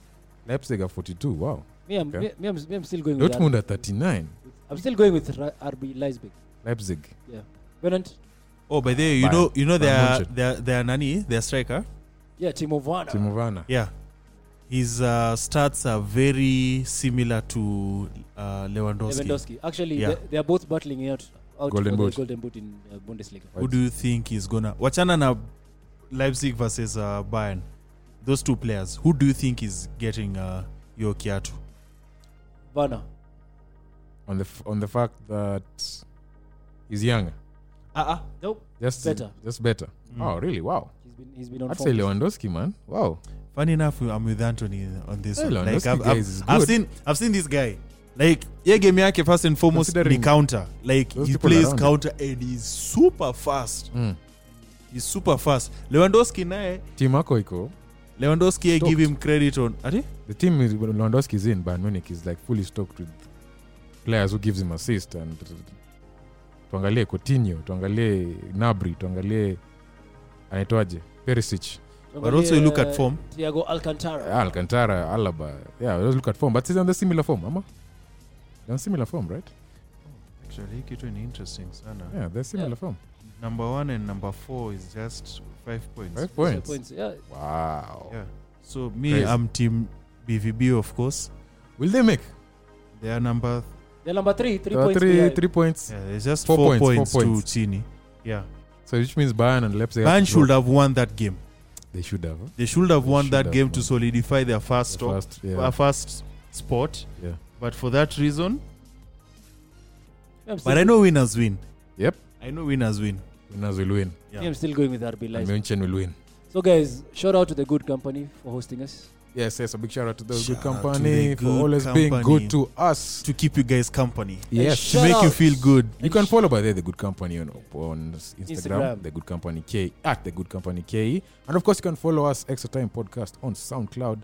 S2: Leipzig are 42. Wow.
S3: Me, I'm,
S2: Okay.
S3: me, me, I'm, me, I'm still going with
S2: Dortmund
S3: RB.
S2: are 39.
S3: I'm still going with Ra- RB Leipzig.
S2: Leipzig.
S4: Ah.
S3: Yeah, Bernard.
S4: oh by the way you
S2: Bayern.
S4: know you know their
S2: Bayern Munchen.
S4: their their nani their striker
S3: Yeah, Timo Werner.
S2: Timo Werner.
S4: yeah his uh, stats are very similar to uh, Lewandowski.
S3: Lewandowski. Actually,
S4: Yeah.
S3: they, they are both battling out, out
S2: Golden
S3: for
S2: boot.
S3: the golden boot in uh, Bundesliga.
S4: Who do you think is gonna wachana na Leipzig versus uh, Bayern? Those two players. Who do you think is getting uh, your kiatu?
S3: Werner.
S2: On the f- on the fact that he's younger.
S4: Uh-uh.
S3: Nope,
S2: Just
S3: Better.
S2: Just better.
S4: Mm.
S2: Oh, really? Wow.
S3: he's been he's been on.
S2: I'd
S3: form
S2: say
S3: this
S2: Lewandowski, man. Wow.
S4: Funny enough, I'm with Anthony on this.
S2: Hey,
S4: one.
S2: Lewandowski
S4: I've,
S2: guy
S4: I've,
S2: is
S4: I've
S2: good.
S4: seen I've seen this guy. Like yeah, game yake first and foremost the
S2: Considering
S4: counter. Like
S2: those
S4: he
S2: people
S4: plays
S2: around him.
S4: counter and he's super fast.
S2: Mm.
S4: He's super fast. Lewandowski naye
S2: Team ako iko.
S4: Lewandowski I give
S2: Stoked.
S4: him credit on Ati?
S2: the team is, when Lewandowski is in, Bayern Munich is like fully stocked with players who gives him assist and tuangalie Coutinho, tuangalie Nabri, tuangalie anaitwaje Perisic,
S3: one.
S4: But also you look at form.
S3: uh, Thiago Alcantara.
S2: Alcantara, Alaba. Yeah, let's look at form, but it's on the similar form, ama? They're on similar form, right?
S4: Actually, kitu ni interesting sana.
S2: Yeah, they're similar
S3: Yeah.
S2: form.
S4: Number one and number four is just five points.
S2: Five
S3: Those are
S2: points.
S3: points. Yeah.
S2: Wow.
S4: Yeah. So me,
S2: Crazy.
S4: I'm team BVB, of course.
S2: Will they make?
S4: They are number.
S3: They're number three, three
S2: There are
S3: points.
S2: three,
S3: behind.
S2: three points.
S4: Yeah, it's just four,
S2: Four
S4: points,
S2: points, four
S4: to
S2: points.
S4: Chini. Yeah.
S2: So which means Bayern and Leipzig. have
S4: Bayern
S2: to draw.
S4: should have won that game.
S2: They should have.
S4: They should have
S2: They
S4: won
S2: should
S4: that
S2: have
S4: game
S2: won.
S4: to solidify their first
S2: The
S4: stop,
S2: first, yeah.
S4: uh, first spot.
S2: Yeah.
S4: But for that reason,
S3: I'm still,
S4: but I know winners win.
S2: Yep.
S4: I know winners win.
S2: Winners will win.
S4: Yeah.
S3: I'm still going with RB
S2: And
S3: Leipzig.
S2: München will win.
S3: So guys, shout out to the good company for hosting us.
S2: Yes, yes, a big shout out to the
S4: Shout
S2: good
S4: out to
S2: company
S4: the
S2: for
S4: good
S2: always being
S4: company.
S2: good to us.
S4: To keep you guys company,
S2: Yes,
S3: Shout
S4: to make you
S3: out.
S4: feel good.
S2: you can follow by there the good company on, on Instagram,
S3: Instagram.
S2: the good company K at the good company K, and of course you can follow us Extra Time Podcast on SoundCloud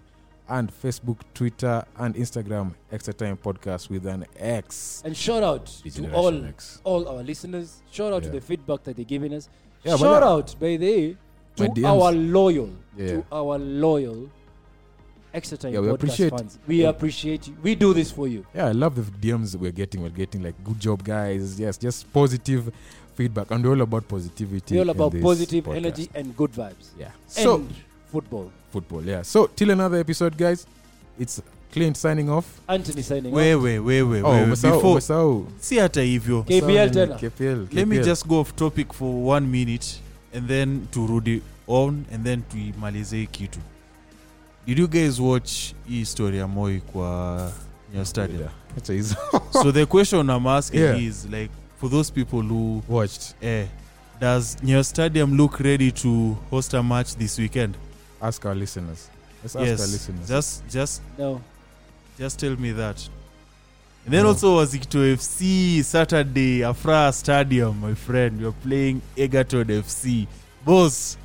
S2: and Facebook, Twitter, and Instagram. Extra Time Podcast with an X.
S3: And shout out to
S2: Generation
S3: all
S2: X.
S3: all our listeners. Shout out to
S2: Yeah.
S3: the feedback that they're giving us.
S2: Yeah, but
S3: shout
S2: that-
S3: out by the way,
S2: My
S3: to
S2: DMs.
S3: our loyal
S2: Yeah.
S3: to our loyal Extra Time
S2: Yeah, we
S3: podcast
S2: appreciate-
S3: fans. We
S2: Yeah.
S3: appreciate you. We do this for you.
S2: Yeah, I love the DMs we're getting. We're getting like good job, guys. Yes, just positive feedback, and we're all about positivity.
S3: We're all
S2: in
S3: about
S2: this
S3: positive
S2: podcast.
S3: energy and good vibes.
S2: Yeah. So
S3: and football.
S2: football. Yeah. So till another episode, guys. It's Clint signing off.
S3: Anthony signing off.
S4: wewe wewe
S2: Oh,
S4: wewe
S2: Masao,
S4: before
S2: Masao.
S4: si hata hivyo
S3: KPL
S2: Masao,
S3: tena.
S2: KPL,
S4: let me
S2: KPL.
S4: just go off topic for one minute and then turudi on and then tuimalize hii kitu did you guys watch hii story ya moi kwa your stadium
S2: Yeah. Acha hizo.
S4: so the question i'm asking
S2: Yeah.
S4: is like for those people who
S2: Watched.
S4: eh, does your stadium look ready to host a match this weekend
S2: Ask our listeners. Let's ask our
S4: yes
S2: listeners.
S4: just just
S3: No.
S4: just tell me that and then
S2: Oh.
S4: also wazikito fc saturday afra stadium my friend you're playing egerton fc boss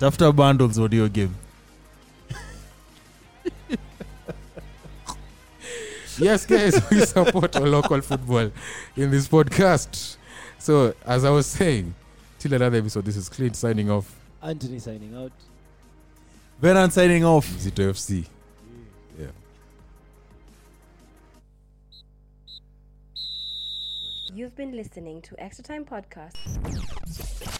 S4: tafuta bundles audio game
S2: yes, guys, we support our local football in this podcast. So, as I was saying, till another episode, this is Clint signing off.
S3: Anthony signing out.
S4: then i'm signing off
S2: Zito FC. Yeah.
S5: You've been listening to Extra Time Podcast.